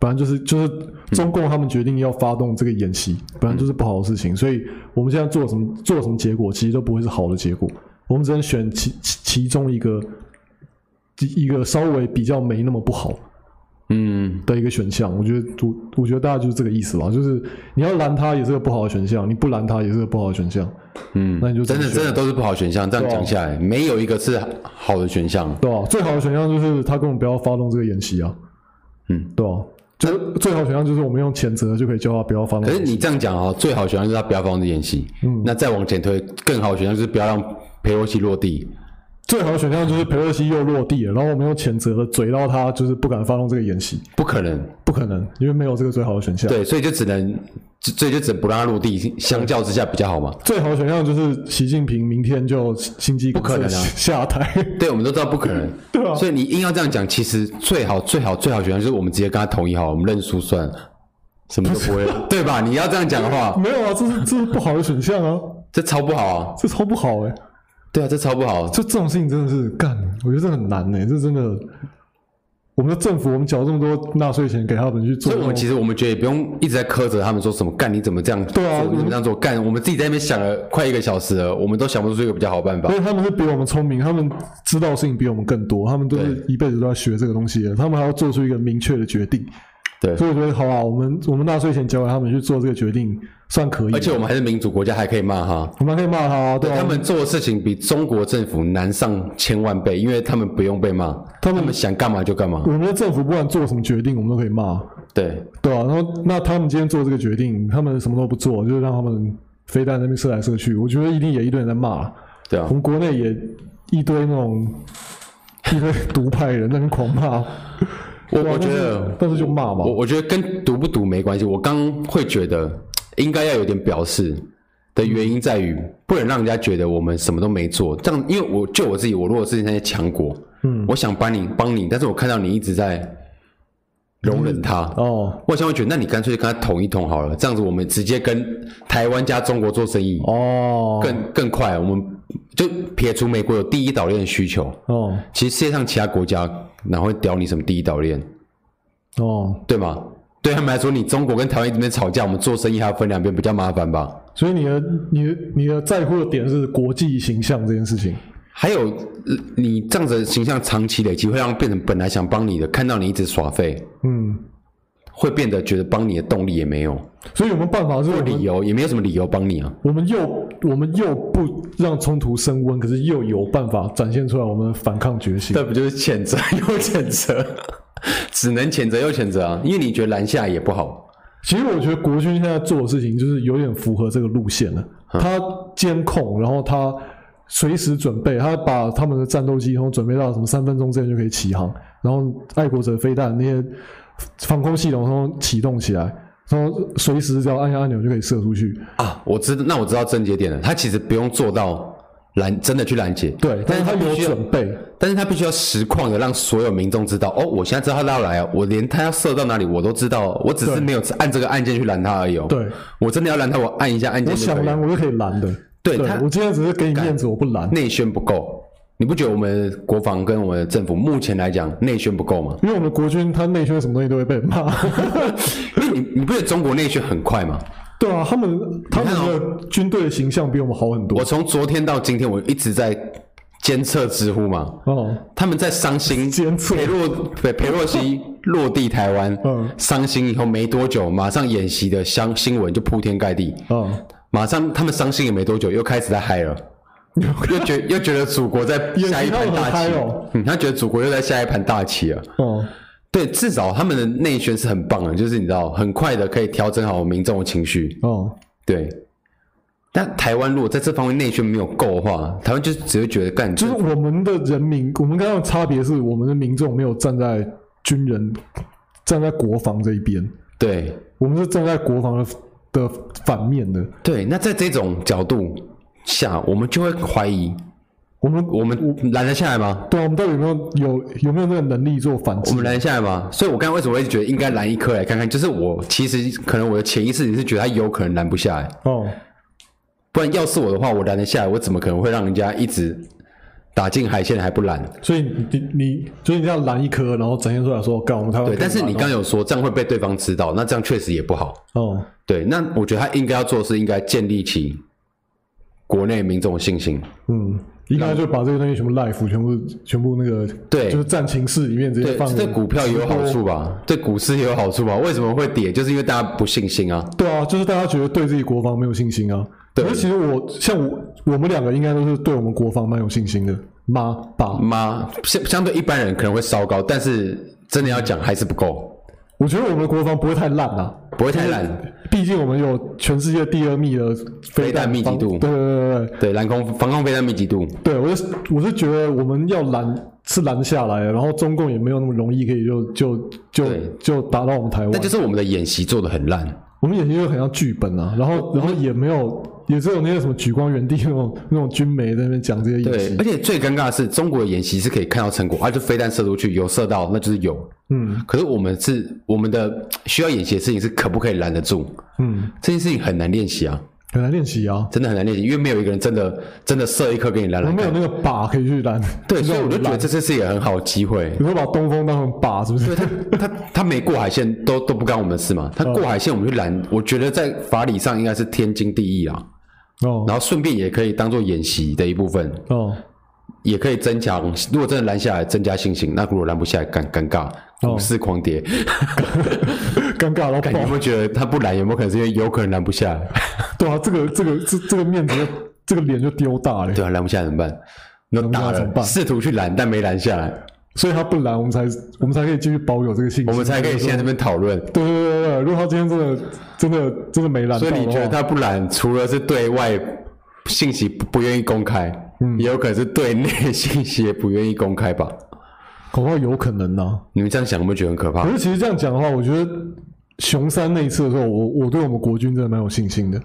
本来就是就是中共他们决定要发动这个演习，本来就是不好的事情，所以我们现在做什么做什么结果，其实都不会是好的结果。我们只能选其其其中一个一一个稍微比较没那么不好，嗯，的一个选项。我觉得我我觉得大家就是这个意思吧，就是你要拦它也是个不好的选项，你不拦它也是个不好的选项。嗯，那你就真的啊自己真选的都是不好的选项。这样讲下来，没有一个是好的选项。对吧、最好的选项就是他根本不要发动这个演习啊，嗯，对吧、就是最好的选项就是我们用谴责就可以叫他不要发可动是。你这样讲哦，最好的选项就是他不要放这演习。嗯，那再往前推，更好的选项就是不要让佩洛西落地。最好的选项就是佩洛西又落地了，然后我们用谴责的嘴到他，就是不敢发动这个演习，不可能，不可能，因为没有这个最好的选项。对，啊所以就只能，就所以就只能不让他落地，相较之下比较好嘛。最好的选项就是习近平明天就心肌梗不可能塞啊下台。 对，我们都知道不可 能，对啊所以你硬要这样讲，其实最好最好最好的选项就是我们直接跟他同意好了，我们认输算了，什么都不 会，对吧？你要这样讲的话，没有啊，这是这是不好的选项啊，这超不好啊！这超不好哎、对啊，这超不好。就这种事情真的是干，我觉得这很难呢、这真的，我们的政府，我们缴这么多纳税钱给他们去所做这以我种，们其实我们觉得也不用一直在苛责他们说什么干你怎么这样，对啊你怎么这样做干，我们自己在那边想了快一个小时了，我们都想不出一个比较好的办法因。为他们是比我们聪明，他们知道的事情比我们更多，他们都是对一辈子都在学这个东西的，他们还要做出一个明确的决定。对所以我觉得，好吧，啊我们我们纳税钱交给他们去做这个决定，算可以的。而且我们还是民主国家，还可以骂哈。我们还可以骂他、啊，对吧、他们做的事情比中国政府难上千万倍，因为他们不用被骂，他他们嗯们想干嘛就干嘛。我们的政府不管做什么决定，我们都可以骂。对，对啊，然后那他们今天做这个决定，他们什么都不做，就是让他们飞弹在那边射来射去，我觉得一定也一堆人在骂，对啊我，们国内也一堆那种一堆 独派人在那边狂骂，我对啊我觉但是得但是就骂嘛我，我觉得跟读不读没关系。我刚会觉得应该要有点表示的原因在于，不能让人家觉得我们什么都没做。这样，因为我就我自己，我如果是那些强国，嗯，我想帮你帮你，但是我看到你一直在容忍他，哦我想会觉得，那你干脆就跟他捅一捅好了。这样子，我们直接跟台湾加中国做生意，哦更更快。我们就撇除美国有第一岛链的需求，哦其实世界上其他国家哪会屌你什么第一岛链？哦，对吗？对他们来说，你中国跟台湾一直在吵架，我们做生意还要分两边，比较麻烦吧？所以你的你的你的在乎的点是国际形象这件事情，还有，呃你这样子的形象长期累积，会让变成本来想帮你的，看到你一直耍废，嗯，会变得觉得帮你的动力也没有，所以有没有办法是我没有们理由也没有什么理由帮你啊。我们又我们又不让冲突升温，可是又有办法展现出来我们的反抗决心这，不就是谴责又谴责， 只能谴责又谴责啊？因为你觉得拦下也不好，其实我觉得国军现在做的事情就是有点符合这个路线了。嗯他监控，然后他随时准备，他把他们的战斗机然后准备到什么三分钟之内就可以起航，然后爱国者飞弹那些防空系统都启动起来，然后随时只要按下按钮就可以射出去。啊，我知道，那我知道症结点了。他其实不用做到拦，真的去拦截，对，但但是是他他必有须要准备，但是他必须要实况的让所有民众知道，哦，我现在知道他要来啊，我连他要射到哪里我都知道，哦我只是对没有按这个按键去拦他而已、哦。对，我真的要拦他，我按一下按键我就可想以拦了。我就可以拦的。对对他我今天只是给你面子，我不拦，内宣不够，你不觉得我们国防跟我们政府目前来讲内宣不够吗？因为我们的国军他内圈什么东西都会被骂。 因为你你不觉得中国内宣很快吗？对啊，他们他们哦的军队的形象比我们好很多我。从昨天到今天，我一直在监测知乎嘛，哦，他们在伤心监测裴洛对裴洛西落地台湾，嗯伤心以后没多久，马上演习的相新闻就铺天盖地，啊，马上他们伤心也没多久，又开始在嗨了，又 觉又觉得祖国在演习下一盘大他们很棋嗨哦，嗯，他觉得祖国又在下一盘大棋了。哦，对，至少他们的内宣是很棒的，就是你知道，很快的可以调整好民众的情绪。哦，对，但台湾如果在这方面内宣没有够的话，台湾就只会觉得干就是我们的人民，我们刚刚的差别是我们的民众没有站在军人、站在国防这一边，对我们是站在国防的的反面的。对。那在这种角度下，我们就会怀疑，我们我们拦得下来吗？对啊，我们到底有没有有有没有那个能力做反我制们？拦得下来吗？所以我刚刚为什么会觉得应该拦一颗来看看？就是我其实可能我的潜意识里是觉得他有可能拦不下来，哦，不然要是我的话，我拦得下来，我怎么可能会让人家一直打进海线还不拦？所以你你你，所以你要拦一颗，然后展现出来说，干我们台湾可对，以但是你拦哦刚有说这样会被对方知道，那这样确实也不好。哦，对，那我觉得他应该要做的是应该建立起国内民众的信心。嗯，应该就把这个东西全部 life 全部全部那个对就是战情室里面直接对，放这对股票也有好处吧？对股市也有好处吧？为什么会跌？就是因为大家不信心啊。对啊，就是大家觉得对自己国防没有信心啊。对可是其实我像我我们两个应该都是对我们国防蛮有信心的，妈爸。妈，相相对一般人可能会稍高，但是真的要讲还是不够，我觉得我们的国防不会太烂啊，不会太烂。毕竟我们有全世界第二密的飞弹密集防度对对对对对，蓝空防空飞弹密集度，对，对我是我是觉得我们要拦是拦下来的，然后中共也没有那么容易可以就就就对就打到我们台湾那。就是我们的演习做的很烂。我们演习就很像剧本啊，然后然后也没有，也只有那些什么举光原地那种那种军媒在那边讲这些演对，习，而且最尴尬的是，中国的演习是可以看到成果，啊，就飞弹射出去有射到，那就是有。嗯可是我们是我们的需要演习的事情是可不可以拦得住？嗯，这件事情很难练习啊，很难练习啊，真的很难练习，因为没有一个人真的真的射一颗给你拦我来们没有看。那个靶可以去拦，对，所以我就觉拦得这次是一个很好的机会。你会把东风当成靶是不是？他他没过海线都都不干我们的事嘛，他过海线我们去拦，我觉得在法理上应该是天经地义啊。哦然后顺便也可以当做演习的一部分，哦，也可以增强。如果真的拦下来，增加信心；那如果拦不下来，尴尴尬，哦股市狂跌。尴尬然后看你有爆，没有觉得他不拦，有没有可能是因为有可能拦不下来？ 对啊，这个这个这这个面子就这个脸就丢大了，对啊，拦不下来怎么办？那不下打来怎么了，办试图去拦，但没拦下来。所以他不来，我们才我们才可以继续保有这个信心，我们才可以现在这边讨论。对对对对对，如果他今天真的真的真的没拦到所的以话，你觉得他不然，除了是对外信息不不愿意公开，也有可能是对内信息也不愿意公开吧？恐怕有可能呢、啊你们这样想，有没有觉得很可怕可？是其实这样讲的话，我觉得熊三那一次的时候，我我对我们国军真的蛮有信心的。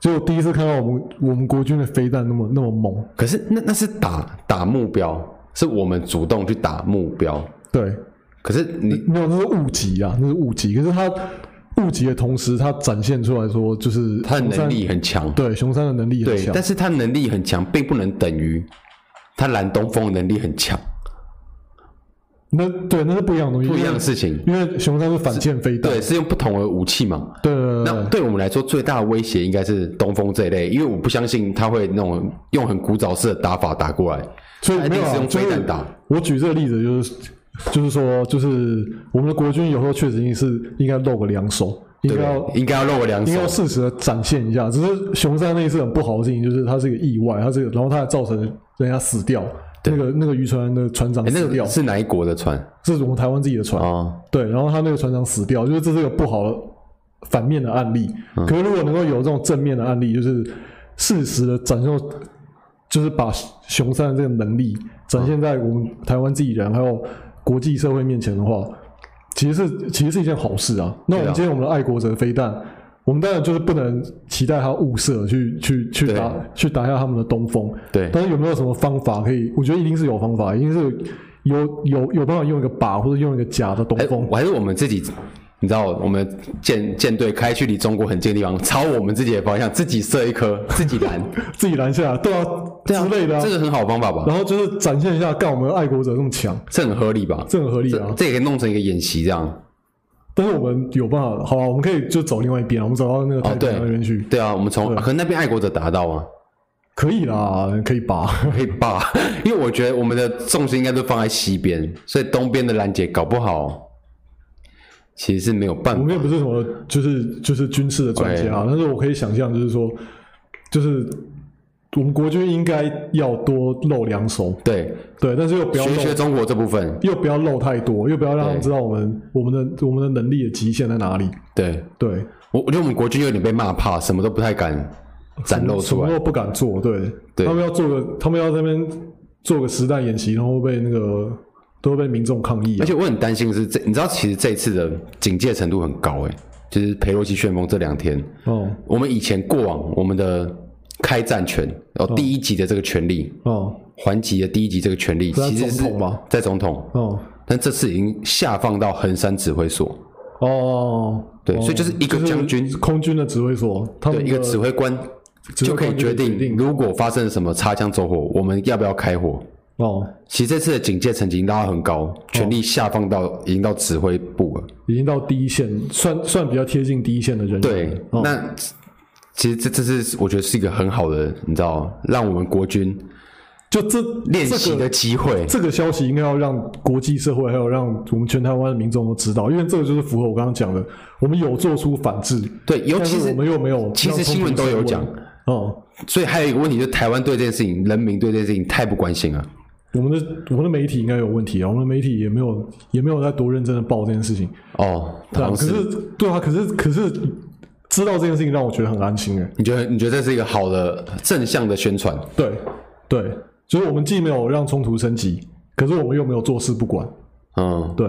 就我第一次看到我们我们国军的飞弹那么那么猛，可是那那是打打目标，是我们主动去打目标。对，可是你没有那是误击啊，那是误击。可是他误击的同时，他展现出来说，就是他的熊能三力很强，对熊三的能力很对，强但，是他能力很强，并不能等于他蓝东风的能力很强，那对那是不一样的东西，不一样因的为事情。因为熊三是反舰飞弹，对，是用不同的武器嘛。对对对那对对我们来说，最大的威胁应该是东风这一类，因为我不相信他会那种用很古早式的打法打过来。所以没有他一定是啊用就是飞弹打我举这个例子就是，就是说，就是我们的国军有时候确实应是应该露个两手，应对该不要对，应该要露个两应该手要。适时的展现一下。只是熊山那一次很不好的事情，就是它是一个意外，它这个然后它还造成人家死掉，那个那个渔船的船长哎，那死掉，个是哪一国的船这是我们台湾自己的船，哦，对，然后他那个船长死掉，就是这是个不好的反面的案例。可是如果能够有这种正面的案例，就是适时的展现，就是把熊三的这个能力展现在我们台湾自己人还有国际社会面前的话，其实是其实是一件好事啊。那我对们啊今天我们的爱国者飞弹。我们当然就是不能期待他物色去去去对打去打下他们的东风，对，但是有没有什么方法可以？我觉得一定是有方法，一定是有有有有办法用一个靶或者用一个假的东哎，风。我还是我们自己，你知道，我们舰舰队开去离中国很近的地方，朝我们自己的方向，自己射一颗，自己拦，自己拦下来，对啊， 对啊之类的、啊这。个很好的方法吧？然后就是展现一下，干我们的爱国者这么强，这很合理吧？这很合理这啊。这也可以弄成一个演习这样。但是我们有办法，好吧、我们可以就走另外一边啊，我们走到那个太平洋那边去，哦对啊，我们从可能那边爱国者达到啊，可以啦，可以吧？可以吧？ 因为我觉得我们的重心应该都放在西边，所以东边的拦截搞不好其实是没有办我法。们也不是什么就是就是军事的专家啊，但是我可以想象，就是说，就是我们国军应该要多露两手，对，对，但是又不要学露一学中国这部分，又不要露太多，又不要让他们对知道我们我们的我们的能力的极限在哪里。对对，我我觉得我们国军有点被骂怕，什么都不太敢展露什出么来。都不敢做，对，对他们要做个，他们要在那边做个实弹演习，然后被那个都会被民众抗议、啊而。且我很担心的是这，你知道，其实这一次的警戒程度很高、欸，就是佩洛西旋风这两天，哦我们以前过往我们的开战权，哦，嗯第一级的这个权利，哦环级的第一级这个权利，在其实是总统吗在总统，哦但这次已经下放到衡山指挥所，哦，对，哦所以就是一个将军，就是空军的指挥所，他对们一个的指挥官指挥就官可以就可决以决定，定如果发生了什么擦枪走火，我们要不要开火？哦，其实这次的警戒层级拉得很高，权力下放到已经到指挥部了。已经到第一线，算算比较贴近第一线的人员。对，哦那其实这这是我觉得是一个很好的，你知道，让我们国军就这练这习个的机会。这个消息应该要让国际社会还有让我们全台湾的民众都知道，因为这个就是符合我刚刚讲的，我们有做出反制，对，尤但哎其是是我们又没有让冲突升温，其实新闻都有讲，哦、所以还有一个问题，就是台湾对这件事情，人民对这件事情太不关心了。我们的我们的媒体应该有问题啊，我们的媒体也没有也没有在多认真的报这件事情，哦，对啊，好像可是。是对啊，可是可是知道这件事情让我觉得很安心哎，你觉得你觉得这是一个好的正向的宣传？对对，就是我们既没有让冲突升级，可是我们又没有坐视不管，嗯，对，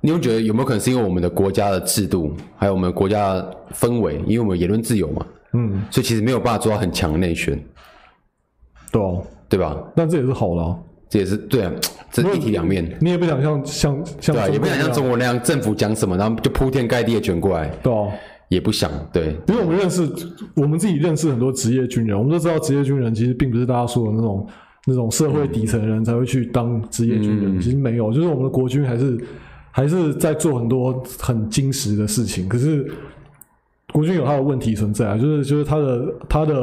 你会觉得有没有可能是因为我们的国家的制度，还有我们国家的氛围，因为我们有言论自由嘛，嗯，所以其实没有办法做到很强的内宣，对啊，对吧？但这也是好的、啊，这也是对啊，这一体两面，你也不想像像像对啊，也不想像中中国那样，政府讲什么，然后就铺天盖地的卷过来，国那样对啊。也不想对。因为我们认识，我们自己认识很多职业军人，我们都知道职业军人其实并不是大家说的那种那种社会底层的人才会去当职业军人，其实没有，就是我们的国军还是还是在做很多很精实的事情，可是。国军有他的问题存在啊，就是就是他的他的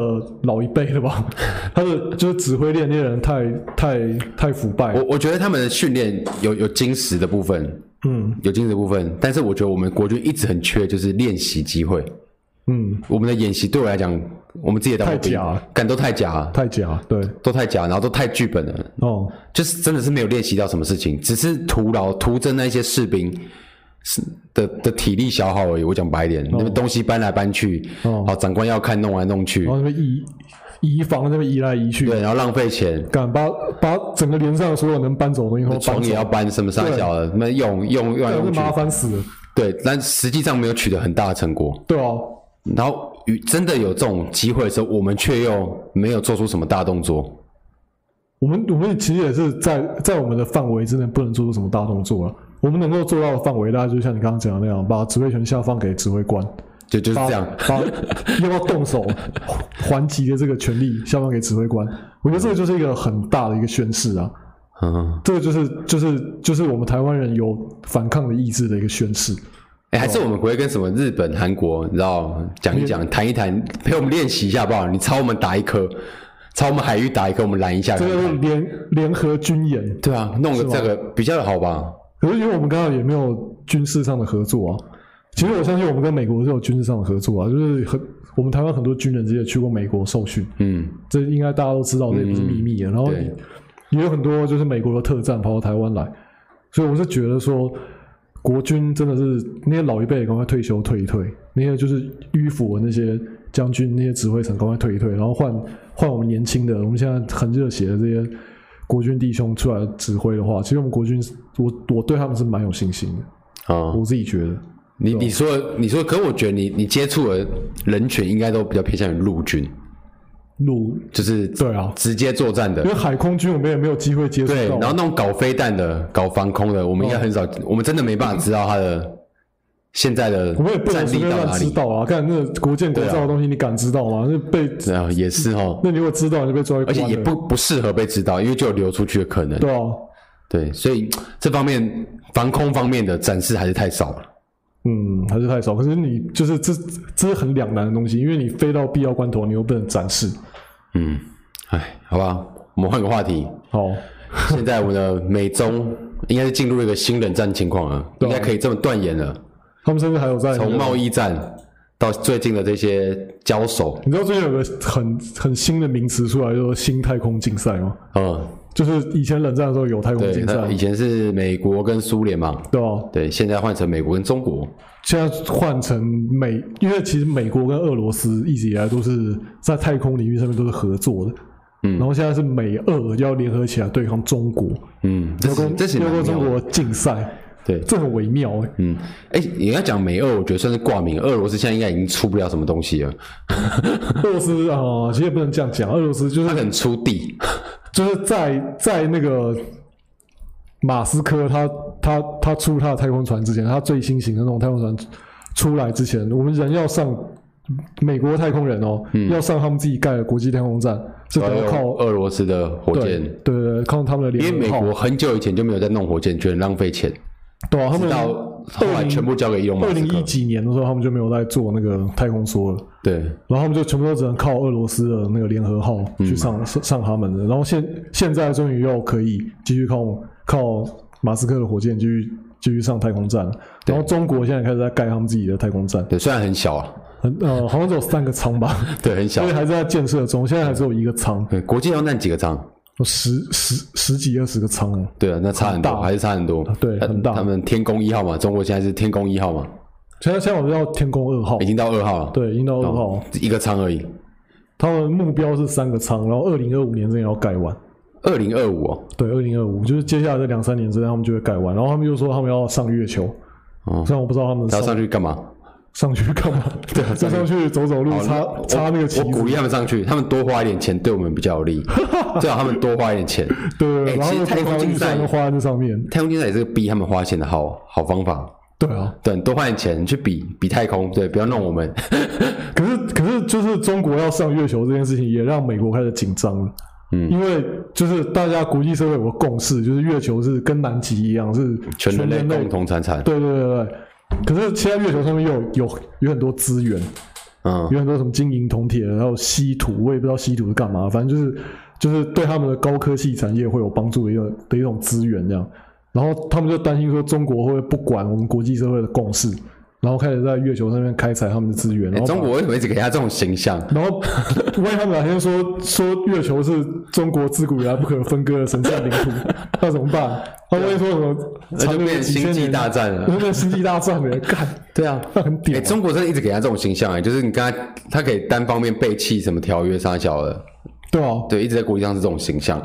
老一辈的吧， 他的就是指挥练那些人太太太腐败，我我觉得他们的训练有有精实的部分，嗯，有精实的部分，但是我觉得我们国军一直很缺就是练习机会，嗯，我们的演习对我来讲，我们自己的当过太兵假了，感都太假了，太假，对，都太假，然后都太剧本了，哦，就是真的是没有练习到什么事情，只是徒劳徒增那些士兵是的的体力消耗而已。我讲白一点，那边东西搬来搬去，哦好长官要看弄来弄去然，后那边移移防，那边移来移去，对，然后浪费钱，敢把把整个连上的所有能搬走的东西都搬床也走，哎要搬，什么上小的，那用用用来那用是去，麻烦死了，对，但实际上没有取得很大的成果。对啊，然后与真的有这种机会的时候，我们却又没有做出什么大动作。我们我们其实也是在在我们的范围之内不能做出什么大动作了。我们能够做到的范围，大概就像你刚刚讲的那样，把指挥权下放给指挥官，就就是把这样，把要不要动手还击的这个权利下放给指挥官。我觉得这个就是一个很大的一个宣誓啊，嗯，这个就是就是就是我们台湾人有反抗的意志的一个宣誓。哎、还是我们不会跟什么日本、韩国，你知道，讲一讲，谈一谈， 陪我们练习一下，好不好？你抄我们打一颗，抄我们海域打一颗，我们拦一下这看个是看。联联合军演，对啊，弄个这个比较好吧？可是因为我们刚刚也没有军事上的合作啊。其实我相信我们跟美国是有军事上的合作啊，就是很我们台湾很多军人直接去过美国受训，嗯，这应该大家都知道，这也不是秘密啊的。然后对也有很多就是美国的特战跑到台湾来，所以我是觉得说，国军真的是那些老一辈赶快退休退一退，那些就是迂腐的那些将军、那些指挥层赶快退一退，然后换换我们年轻的，我们现在很热血的这些国军弟兄出来指挥的话，其实我们国军是，我我对他们是蛮有信心的，哦，我自己觉得。你你说你说，可我觉得你你接触的人群应该都比较偏向于陆军，陆就是对啊，直接作战的因为。海空军我们也没有机会接触对，到然后那种搞飞弹的、搞防空的，我们应该很哦少，我们真的没办法知道他的现在的我们也不战能随力便到乱哪知里。道啊！干那国建国造的东西，你敢知道吗？那被对啊，也是哦，那你如果知道，你就被抓去而关且了。也不不适合被知道，因为就有流出去的可能。对啊，对，所以这方面防空方面的展示还是太少了。嗯，还是太少。可是你就是这这是很两难的东西，因为你飞到必要关头，你又不能展示。嗯，哎，好吧，我们换个话题。好， 现在我们的美中应该是进入一个新冷战情况了，应该可以这么断言了。他们甚至还有在从贸易战到最近的这些交手，你知道最近有个很很新的名词出来，叫做新太空竞赛吗？嗯，就是以前冷战的时候有太空对，竞赛那，以前是美国跟苏联嘛，对啊吧？对，现在换成美国跟中国，现在换成美，因为其实美国跟俄罗斯一直以来都是在太空领域上面都是合作的，嗯然后现在是美俄要联合起来对抗中国，嗯，这要是跟这是要蛮跟妙中的国竞赛，对，这很微妙哎、嗯，哎、你要讲美俄，我觉得算是挂名。俄罗斯现在应该已经出不了什么东西了，俄罗斯啊、其实也不能这样讲，俄罗斯就它是可能出地，就是在在那个马斯克他他他出他的太空船之前，他最新型的那种太空船出来之前，我们人要上美国太空人哦，嗯要上他们自己盖的国际太空站，是然得后要靠用 俄罗斯的火对箭，对哎对，靠他们的因为联美合号，国很久以前就没有在弄火箭，觉得很浪费钱，对啊，他们到后来全部交给伊隆马二斯零一克。几年的时候，他们就没有在做那个太空梭了，对，然后他们就全部都只能靠俄罗斯的那个联合号嗯去上、上上他们的，然后现现在终于又可以继续靠靠马斯克的火箭继续继续上太空站了，然后中国现在开始在盖他们自己的太空站，对，虽然很小啊，很呃好像只有三个舱吧，对，很小所以。还是在建设中，现在还只有一个舱，对，国际要占几个章？有十十十几二十个舱了，对啊，那差很多，很大啊还是差很多。对他很大他们天宫一号嘛，中国现在是天宫一号嘛，现在现在我们叫天宫二号已。经到二号了。，对，鹰到二号，一个仓而已。他们目标是三个仓，然后二零二五年之前要盖完。二零二五哦，对，二零二五就是接下来这两三年之内，他们就会盖完。然后他们又说他们要上月球，哦虽然我不知道他们他上要啊上去干嘛？上 去干嘛，对，再上去走走路，插哦我插那个旗我子鼓，励他们上去，他们多花一点钱对我们比较有 利，最好他们多花一点钱。对，哎然后其实又太空多少竞预赛算都花在这上面，太空竞赛也是个逼他们花钱的好好方法，对啊。对，多花点钱去比比太空，对，不要弄我们。 可是可是就是中国要上月球这件事情，也让美国开始紧张了。嗯因为就是大家国际社会有个共识，就是月球是跟南极一样是全人人类类共同财产，对对对对。可是现在月球上面有有有很多资源，嗯，有很多什么金银铜铁，然后稀土，我也不知道稀土是干嘛，反正就是就是对他们的高科技产业会有帮助的一个的一种资源这样。然后他们就担心说，中国会不会不管我们国际社会的共识，然后开始在月球上面开采他们的资源，哎然后把中国为什么一直给他这种形象？然后万一他们哪天说说月球是中国自古以来不可分割的神圣领土， 那怎么办？他万一说什么那就长变达成几千星际年大，战了。那个星际大战了，干，对啊，那很哎、屌。中国真的一直给他这种形象哎、就是你跟他，他可以单方面背弃什么条约啥小的，对啊，对，一直在国际上是这种形象。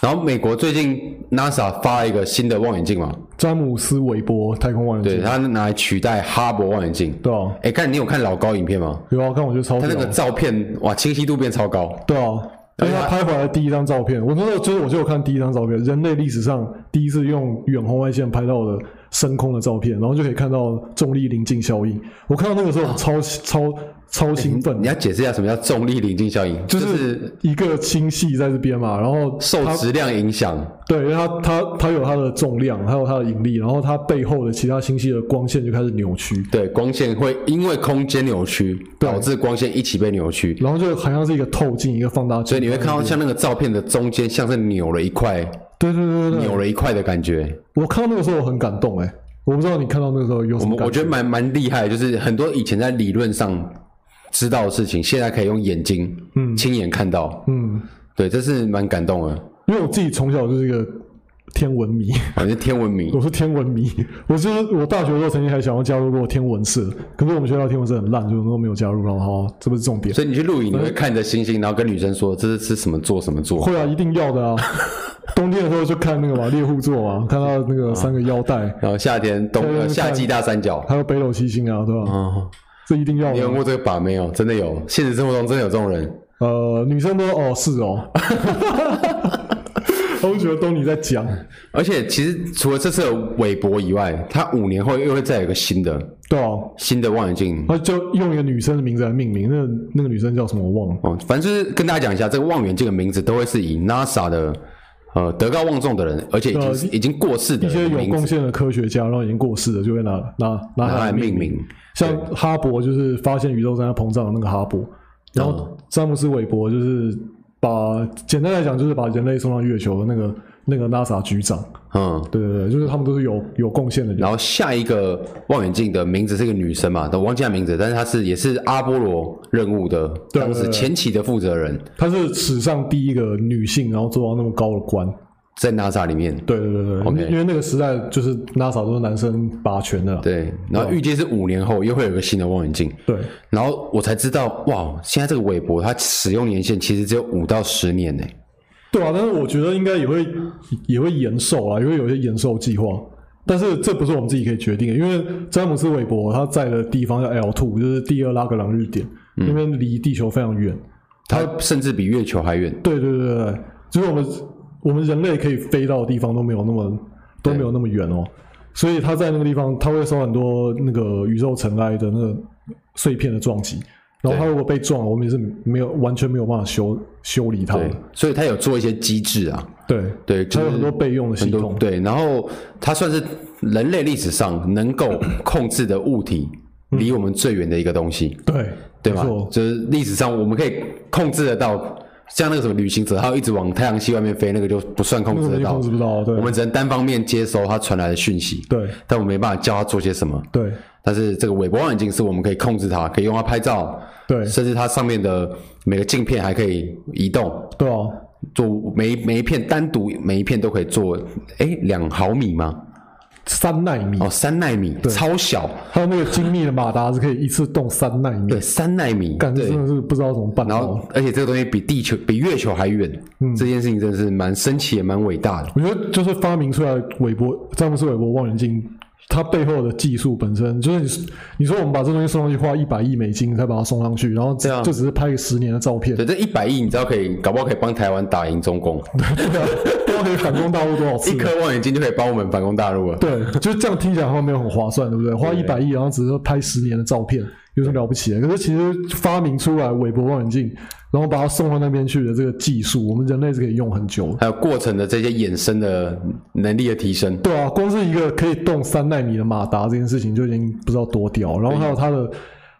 然后美国最近 NASA 发了一个新的望远镜嘛，詹姆斯韦伯太空望远对，镜，他拿来取代哈勃望远镜。对啊，哎、看你有看老高影片吗？有啊，看我觉得超他屌那个的，照片哇，清晰度变超高。对啊。因为他拍回来的第一张照片，我那时候就是我就有看第一张照片，人类历史上第一次用远红外线拍到的深空的照片，然后就可以看到重力临近效应。我看到那个啊时候我超超超兴奋你，要解释一下什么叫重力临近效应，就就是一个星系在这边嘛，然后受它质量影响。对，因为它它它有它的重量，还有它的引力，然后它背后的其他星系的光线就开始扭曲，对，光线会因为空间扭曲，导致光线一起被扭曲，然后就好像是一个透镜，一个放大所以镜。你会看到像那个照片的中间像是扭了一块，对对对对对，扭了一块的感觉。我看到那个时候我很感动哎、我不知道你看到那个时候有什我么们感我觉得蛮蛮厉害的，就是很多以前在理论上知道的事情，现在可以用眼睛嗯亲眼看到，嗯，对，这是蛮感动的。因为我自己从小就是一个天文迷， 反正天文迷我是天文迷，我就是我大学的时候曾经还想要加入过天文社，可是我们学校天文社很烂，所以我都没有加入。然后啊这不是重点，所以你去露营，你会看着星星，然后跟女生说这是是什么座什么座。会啊，一定要 的啊。冬天的时候就看那个嘛猎户座嘛，看到那啊个三个腰带，然后夏天冬对呃对夏季大三角，还有北斗七星啊，对吧？哦，这一定要你有的。问过这个把没有？真的有，现实生活中真的有这种人。呃，女生都哦是哦， 我觉得都你在讲，而且其实除了这次的韦伯以外，他五年后又会再有一个新的对啊，新的望远镜。那就用一个女生的名字来命名，那个那个女生叫什么我忘了。哦，反正就是跟大家讲一下，这个望远镜的名字都会是以 NASA 的呃德高望重的人，而且已经、呃已经过世的一些人的有名贡字献的科学家，然后已经过世了，就会拿拿拿拿它来来命啊命名。像哈勃就是发现宇宙正在膨胀的那个哈勃，然嗯后詹姆斯韦伯就是把简单来讲就是把人类送上月球的那个那个 NASA 局长，嗯，对对对，就是他们都是有有贡献的人。然后下一个望远镜的名字是一个女生嘛，我忘记她名字，但是她是也是阿波罗任务的对当时对对前期的负责人，她是史上第一个女性，然后做到那么高的官。在 NASA 里面。对对对对 OK 因为那个时代就是 NASA 都是男生霸权的啦。对，然后预计是五年后又会有一个新的望远镜，对然后我才知道，哇，现在这个韦伯它使用年限其实只有五到十年呢。对啊，但是我觉得应该也会也会延寿啊，也会有一些延寿计划。但是这不是我们自己可以决定的，因为詹姆斯韦伯他在的地方叫 L two，就是第二拉格朗日点，嗯那边离地球非常远。它甚至比月球还远。对对对对对，就是我们我们人类可以飞到的地方都没有那么都没有那么远哦，所以他在那个地方，他会受很多那个宇宙尘埃的那个碎片的撞击，然后他如果被撞，我们也是没有完全没有办法修修理它的对，所以它有做一些机制啊，对，对，就它哦有是很多备用的系很统多，对，然后它算是人类历史上能够控制的物体离我们最远的一个东西，对对嗯没吧错？就是历史上我们可以控制得到，像那个什么旅行者，他一直往太阳系外面飞，那个就不算控那制个得地到方知，不到，对，我们只能单方面接收它传来的讯息，对但我们没办法教它做些什么。对但是这个韦伯望远镜是我们可以控制它，可以用它拍照，对甚至它上面的每个镜片还可以移动，对啊，做每一每一片单独每一片都可以做，哎，两毫米吗？三纳米，哦，三纳米，超小，还有那个精密的马达是可以一次动三纳米对，，三纳米，感觉对真。的是不哦知道怎么办啊然到后。，而且这个东西比地球、比月球还远，嗯这件事情真的是蛮神奇也蛮伟大的。我觉得就是发明出来韦伯詹姆斯韦伯望远镜，它背后的技术本身，就是你你说我们把这东西送上去花一百亿美金才把它送上去，然后只、对啊就只是拍个十年的照片，对，这一百亿，你知道可以，搞不好可以帮台湾打赢中共， 对啊，不知道可以反攻大陆多少次啊一。颗望远镜就可以帮我们反攻大陆了。对，就是这样听起来好像没有很划算，对不对？花一百亿，然后只是拍十年的照片，有什么了不起的？啊可是其实发明出来韦伯望远镜，然后把它送到那边去的这个技术，我们人类是可以用很久的。还有过程的这些衍生的能力的提升，对啊，光是一个可以动三纳米的马达这件事情就已经不知道多屌，然后还有它的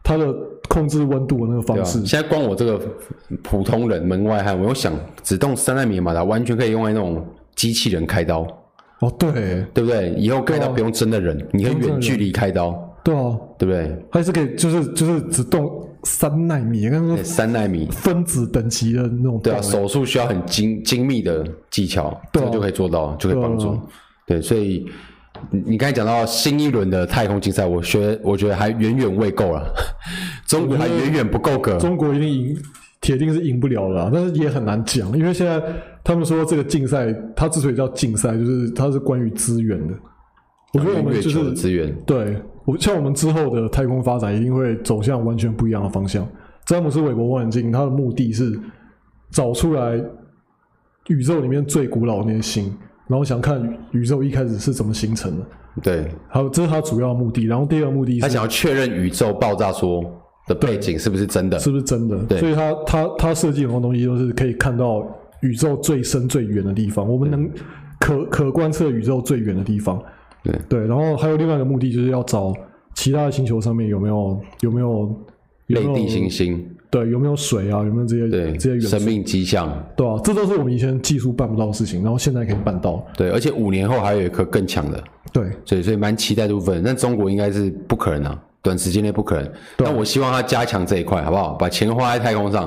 它的控制温度的那个嗯对啊方吧？式现，在光我这个普通人门外汉，我又想只动三纳米的马达，完全可以用来那种机器人开刀。哦，对对不对？以后开刀对啊不用真的人，你可以远距离开刀。对啊，对不对？还是可以，就是就是只动三纳米，跟那对个三纳米，分子等级的那种对动啊，欸，手术需要很精精密的技巧，对啊这就可以做到，就可以帮啊助。对，所以你你刚才讲到新一轮的太空竞赛，我学我觉得还远远未 够了，中国还远远不够格。中国一定赢，铁定是赢不了了啊，但是也很难讲，因为现在他们说这个竞赛，它之所以叫竞赛，就是它是关于资源的。我觉得我们月就球的是资源，对我像我们之后的太空发展一定会走向完全不一样的方向。詹姆斯·韦伯望远镜，它的目的是找出来宇宙里面最古老的那些星，然后想看宇宙一开始是怎么形成的。对还有，这是它主要的目的。然后第二个目的他是想要确认宇宙爆炸说的背景是不是真的，是不是真的，对所以它它它设计很多东西都是可以看到宇宙最深最远的地方，我们能可可观测宇宙最远的地方。对对，然后还有另外一个目的就是要找其他的星球上面有没有有没有有类没有地行星，对，有没有水啊？有没有这些对这些元生素？命迹象，对啊，这都是我们以前技术办不到的事情，然后现在可以办到。对，而且五年后还有一颗更强的，对，所以所以蛮期待这部分。但中国应该是不可能啊，短时间内不可能。但我希望他加强这一块，好不好？把钱花在太空 上，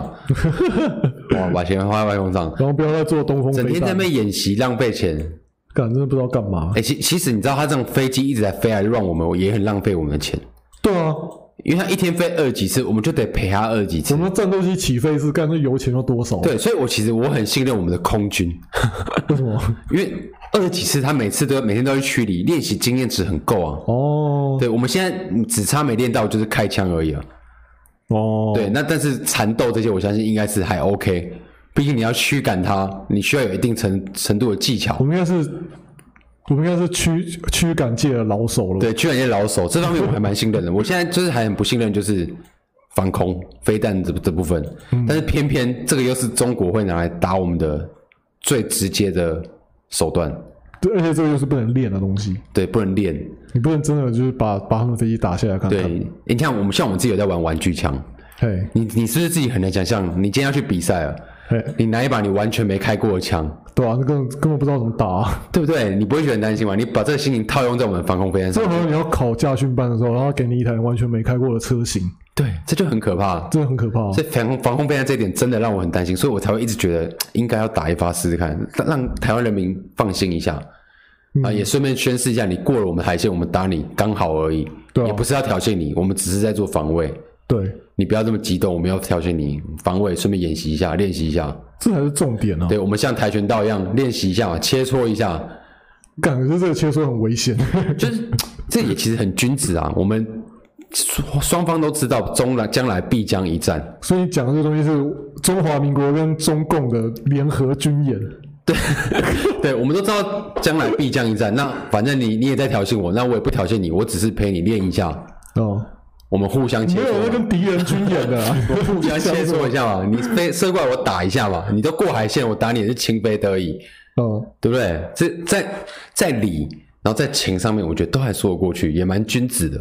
哇，把钱花在太空上，然后不要再做东风整飞天在弹那，边演习浪费钱。干真的不知道干嘛。哎、其其实你知道，他这种飞机一直在飞来乱我们，也很浪费我们的钱，对啊，因为他一天飞二几次，我们就得赔他二几次我。们战斗机起飞是干那油钱要多少？对，所以我其实我很信任我们的空军，为什么？ 因为二十几次他每次都每天都要去驱离，练习经验值很够啊。哦对，我们现在只差没练到就是开枪而已啊。哦，对，那但是缠斗这些，我相信应该是还 OK。毕竟你要驱赶它，你需要有一定程程度的技巧我。们应该是，我们应该是驱驱赶界的老手了。，对，驱赶这些老手，这方面我还蛮信任的。我现在就是还很不信任，就是防空飞弹这这部分。嗯但是偏偏这个又是中国会拿来打我们的最直接的手段，对，而且这个又是不能练的东西，对，不能练。你不能真的就是把把他们飞机打下来看看。对，你看我们像我们自己有在玩玩具枪，嘿，你你是不是自己很难想象，你今天要去比赛了，嘿，你拿一把你完全没开过的枪，对啊，那根本根本不知道怎么打、啊。 对不对？你不会觉得很担心吗？你把这个心情套用在我们防空飞弹上这，好像你要考驾训班的时候，然后给你一台完全没开过的车型，对，这就很可怕。真的很可怕、啊所以防空防空飞弹这一点真的让我很担心，所以我才会一直觉得应该要打一发试试看，让让台湾人民放心一下啊、也顺便宣示一下，你过了我们海线，我们打你刚好而已，对啊也不是要挑衅你，我们只是在做防卫，对，你不要这么激动，我们要挑衅你防卫，顺便演习一下，练习一下，这才是重点啊！对我们像跆拳道一样练习一下嘛，切磋一下，感觉这个切磋很危险。 就是这也其实很君子啊，我们双双方都知道中来将来必将一战。所以你讲的这个东西是中华民国跟中共的联合军演，对，我们都知道将来必将一战。那反正你你也在挑衅我，那我也不挑衅你，我只是陪你练一下，哦，我们互相切没有在磋嘛，跟敌人军演的、啊， 互相切磋一下嘛。你 飞射过来，我打一下嘛。你都过海线，我打你也是情非得已，哦。对不对？这在在理，然后在情上面，我觉得都还说得过去，也蛮君子的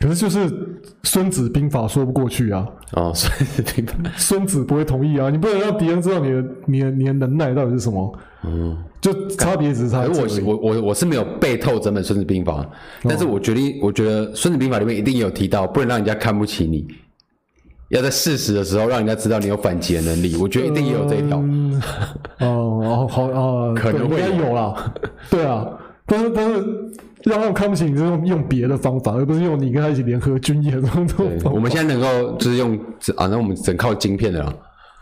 可是就是《孙子兵法》说不过去啊，哦。所以平凡，孙子不会同意啊，你不能让敌人知道你的你的你的能耐到底是什么，嗯，就差别只是差而这哎我而已。我我我是没有背透整本《孙子兵法》，但是我决定，我觉得《孙子兵法》里面一定有提到，不能让人家看不起你，要在适时的时候让人家知道你有反击的能力。我觉得一定也有这一条。嗯哦，然后好啊，可能对会应该有啦，对啊，但是但是让他们看不起你，是用用别的方法，而不是用你跟他一起联合军演这种对方法。我们现在能够就是用啊，那我们整靠晶片的啦，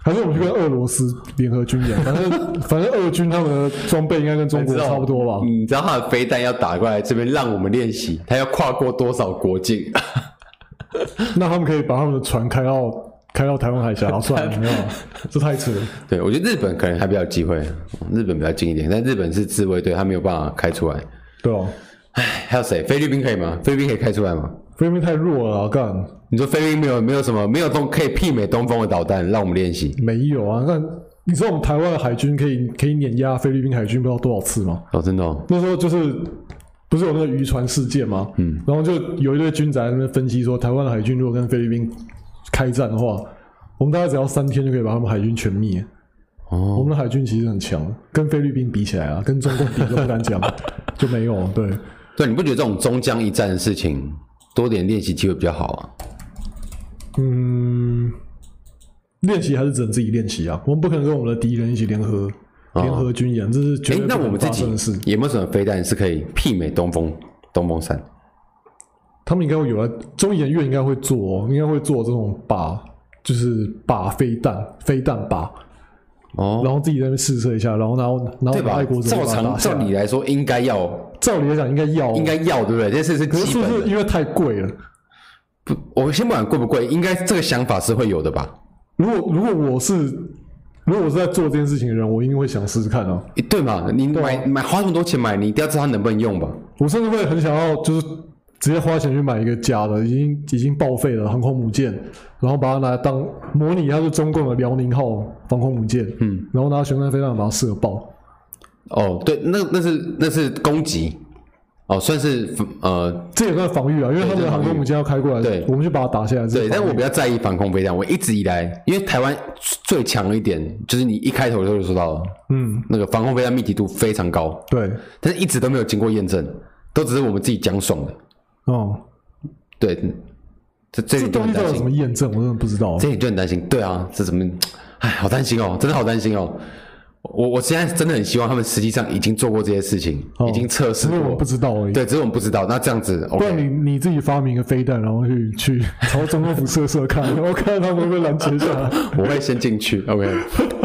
还是我们去跟俄罗斯联合军演，反正反正俄军他们的装备应该跟中国差不多吧？你知道他的飞弹要打过来这边让我们练习，他要跨过多少国境？ 那他们可以把他们的船开到开到台湾海峡，然后算了，没有，这太扯了。对我觉得日本可能还比较有机会，日本比较近一点，但日本是自卫队，他没有办法开出来。对哦，唉，还有谁？菲律宾可以吗？菲律宾可以开出来吗？菲律宾太弱了啊，干你说菲律宾没有没有什么没有东可以媲美东风的导弹，让我们练习没有啊？那你知道我们台湾的海军可以可以碾压菲律宾海军不知道多少次吗？哦，真的、哦，那时候就是不是有那个渔船事件吗？嗯，然后就有一堆军宅在那边分析说，台湾的海军如果跟菲律宾开战的话，我们大概只要三天就可以把他们海军全灭。哦我们的海军其实很强，跟菲律宾比起来啊，跟中共比都不敢讲，就没有对。对，你不觉得这种中将一战的事情多点练习机会比较好啊。嗯，练习还是只能自己练习啊，我们不可能跟我们的敌人一起联合联合军演，这是绝哎、对啊那不我可们能自发生的事。己有没有什么飞弹是可以媲美东风东风三？他们应该会有啊，中研院应该会做、哦，应该会做这种靶，就是靶飞弹飞弹靶，哦，然后自己在那边试射一下，然后然后然后对把吧爱国？者照把它常打下照来。理来说应该要照理来讲应该要哦，应该要对不对？这是是可是基是不本是的。因为太贵了？不，我先不管贵不贵，应该这个想法是会有的吧？如果如果我是如果我是在做这件事情的人，我一定会想试试看啊。诶对嘛？你买买花那么多钱买，你一定要知道它能不能用吧？我甚至会很想要，就是直接花钱去买一个假的，已经已经报废了航空母舰，然后把它拿来当模拟，它是中共的辽宁号防空母舰，嗯，然后拿旋转飞弹把它射爆。哦，对，那那是那是攻击，哦，算是呃这也算防御啊，因为他们的航空母舰要开过来，对我们就把它打下来。对，这但是防我御比较在意防空飞弹。我一直以来，因为台湾最强的一点就是你一开头的时候就说到了，嗯，那个防空飞弹密集度非常高，对，但是一直都没有经过验证，都只是我们自己讲爽的。哦，对，这这这点就东很西到担底有什心，么验证？我真的不知道。这点就很担心。对啊，这怎么？哎，好担心哦，真的好担心哦。我我现在真的很希望他们实际上已经做过这些事情，哦已经测试只是我们过不。知道而已。对，只是我们不知道。那这样子不然，OK，你你自己发明一个飞弹，然后去去朝中共府射射看，然后看他们会不会拦截下来，我会先进去。OK，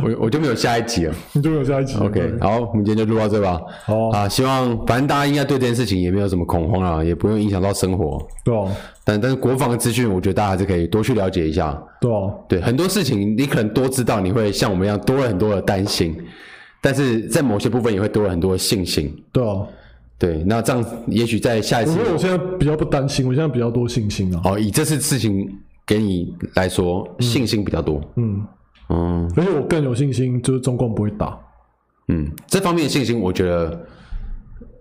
我 我就没有下一集了。你就没有下一集了。 OK，好，我们今天就录到这吧。好啊，希望反正大家应该对这件事情也没有什么恐慌啊，也不用影响到生活。对啊吧？但但是国防的资讯，我觉得大家还是可以多去了解一下。对啊吧？对，很多事情你可能多知道，你会像我们一样多了很多的担心，但是在某些部分也会多了很多的信心。对啊，对，那这样也许在下一我次觉得我现在比较不担心，我现在比较多信心啊。哦，以这次事情给你来说，信心比较多。嗯，嗯而且我更有信心，就是中共不会打。嗯，这方面的信心，我觉得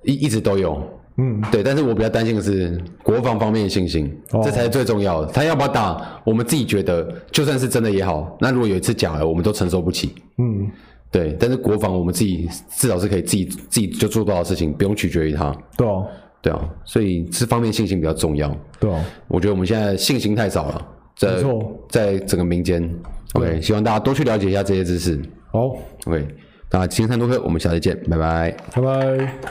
一一直都有。嗯，对，但是我比较担心的是国防方面的信心，哦这才是最重要的。他要不要打，我们自己觉得就算是真的也好，那如果有一次假的，我们都承受不起。嗯，对，但是国防我们自己至少是可以自己自己就做到的事情，不用取决于他。对啊，对啊，所以这方面信心比较重要。对啊，我觉得我们现在信心太少了，在没错在整个民间。OK，希望大家多去了解一下这些知识。好， OK，那今天三多课，我们下次见，拜拜。拜拜。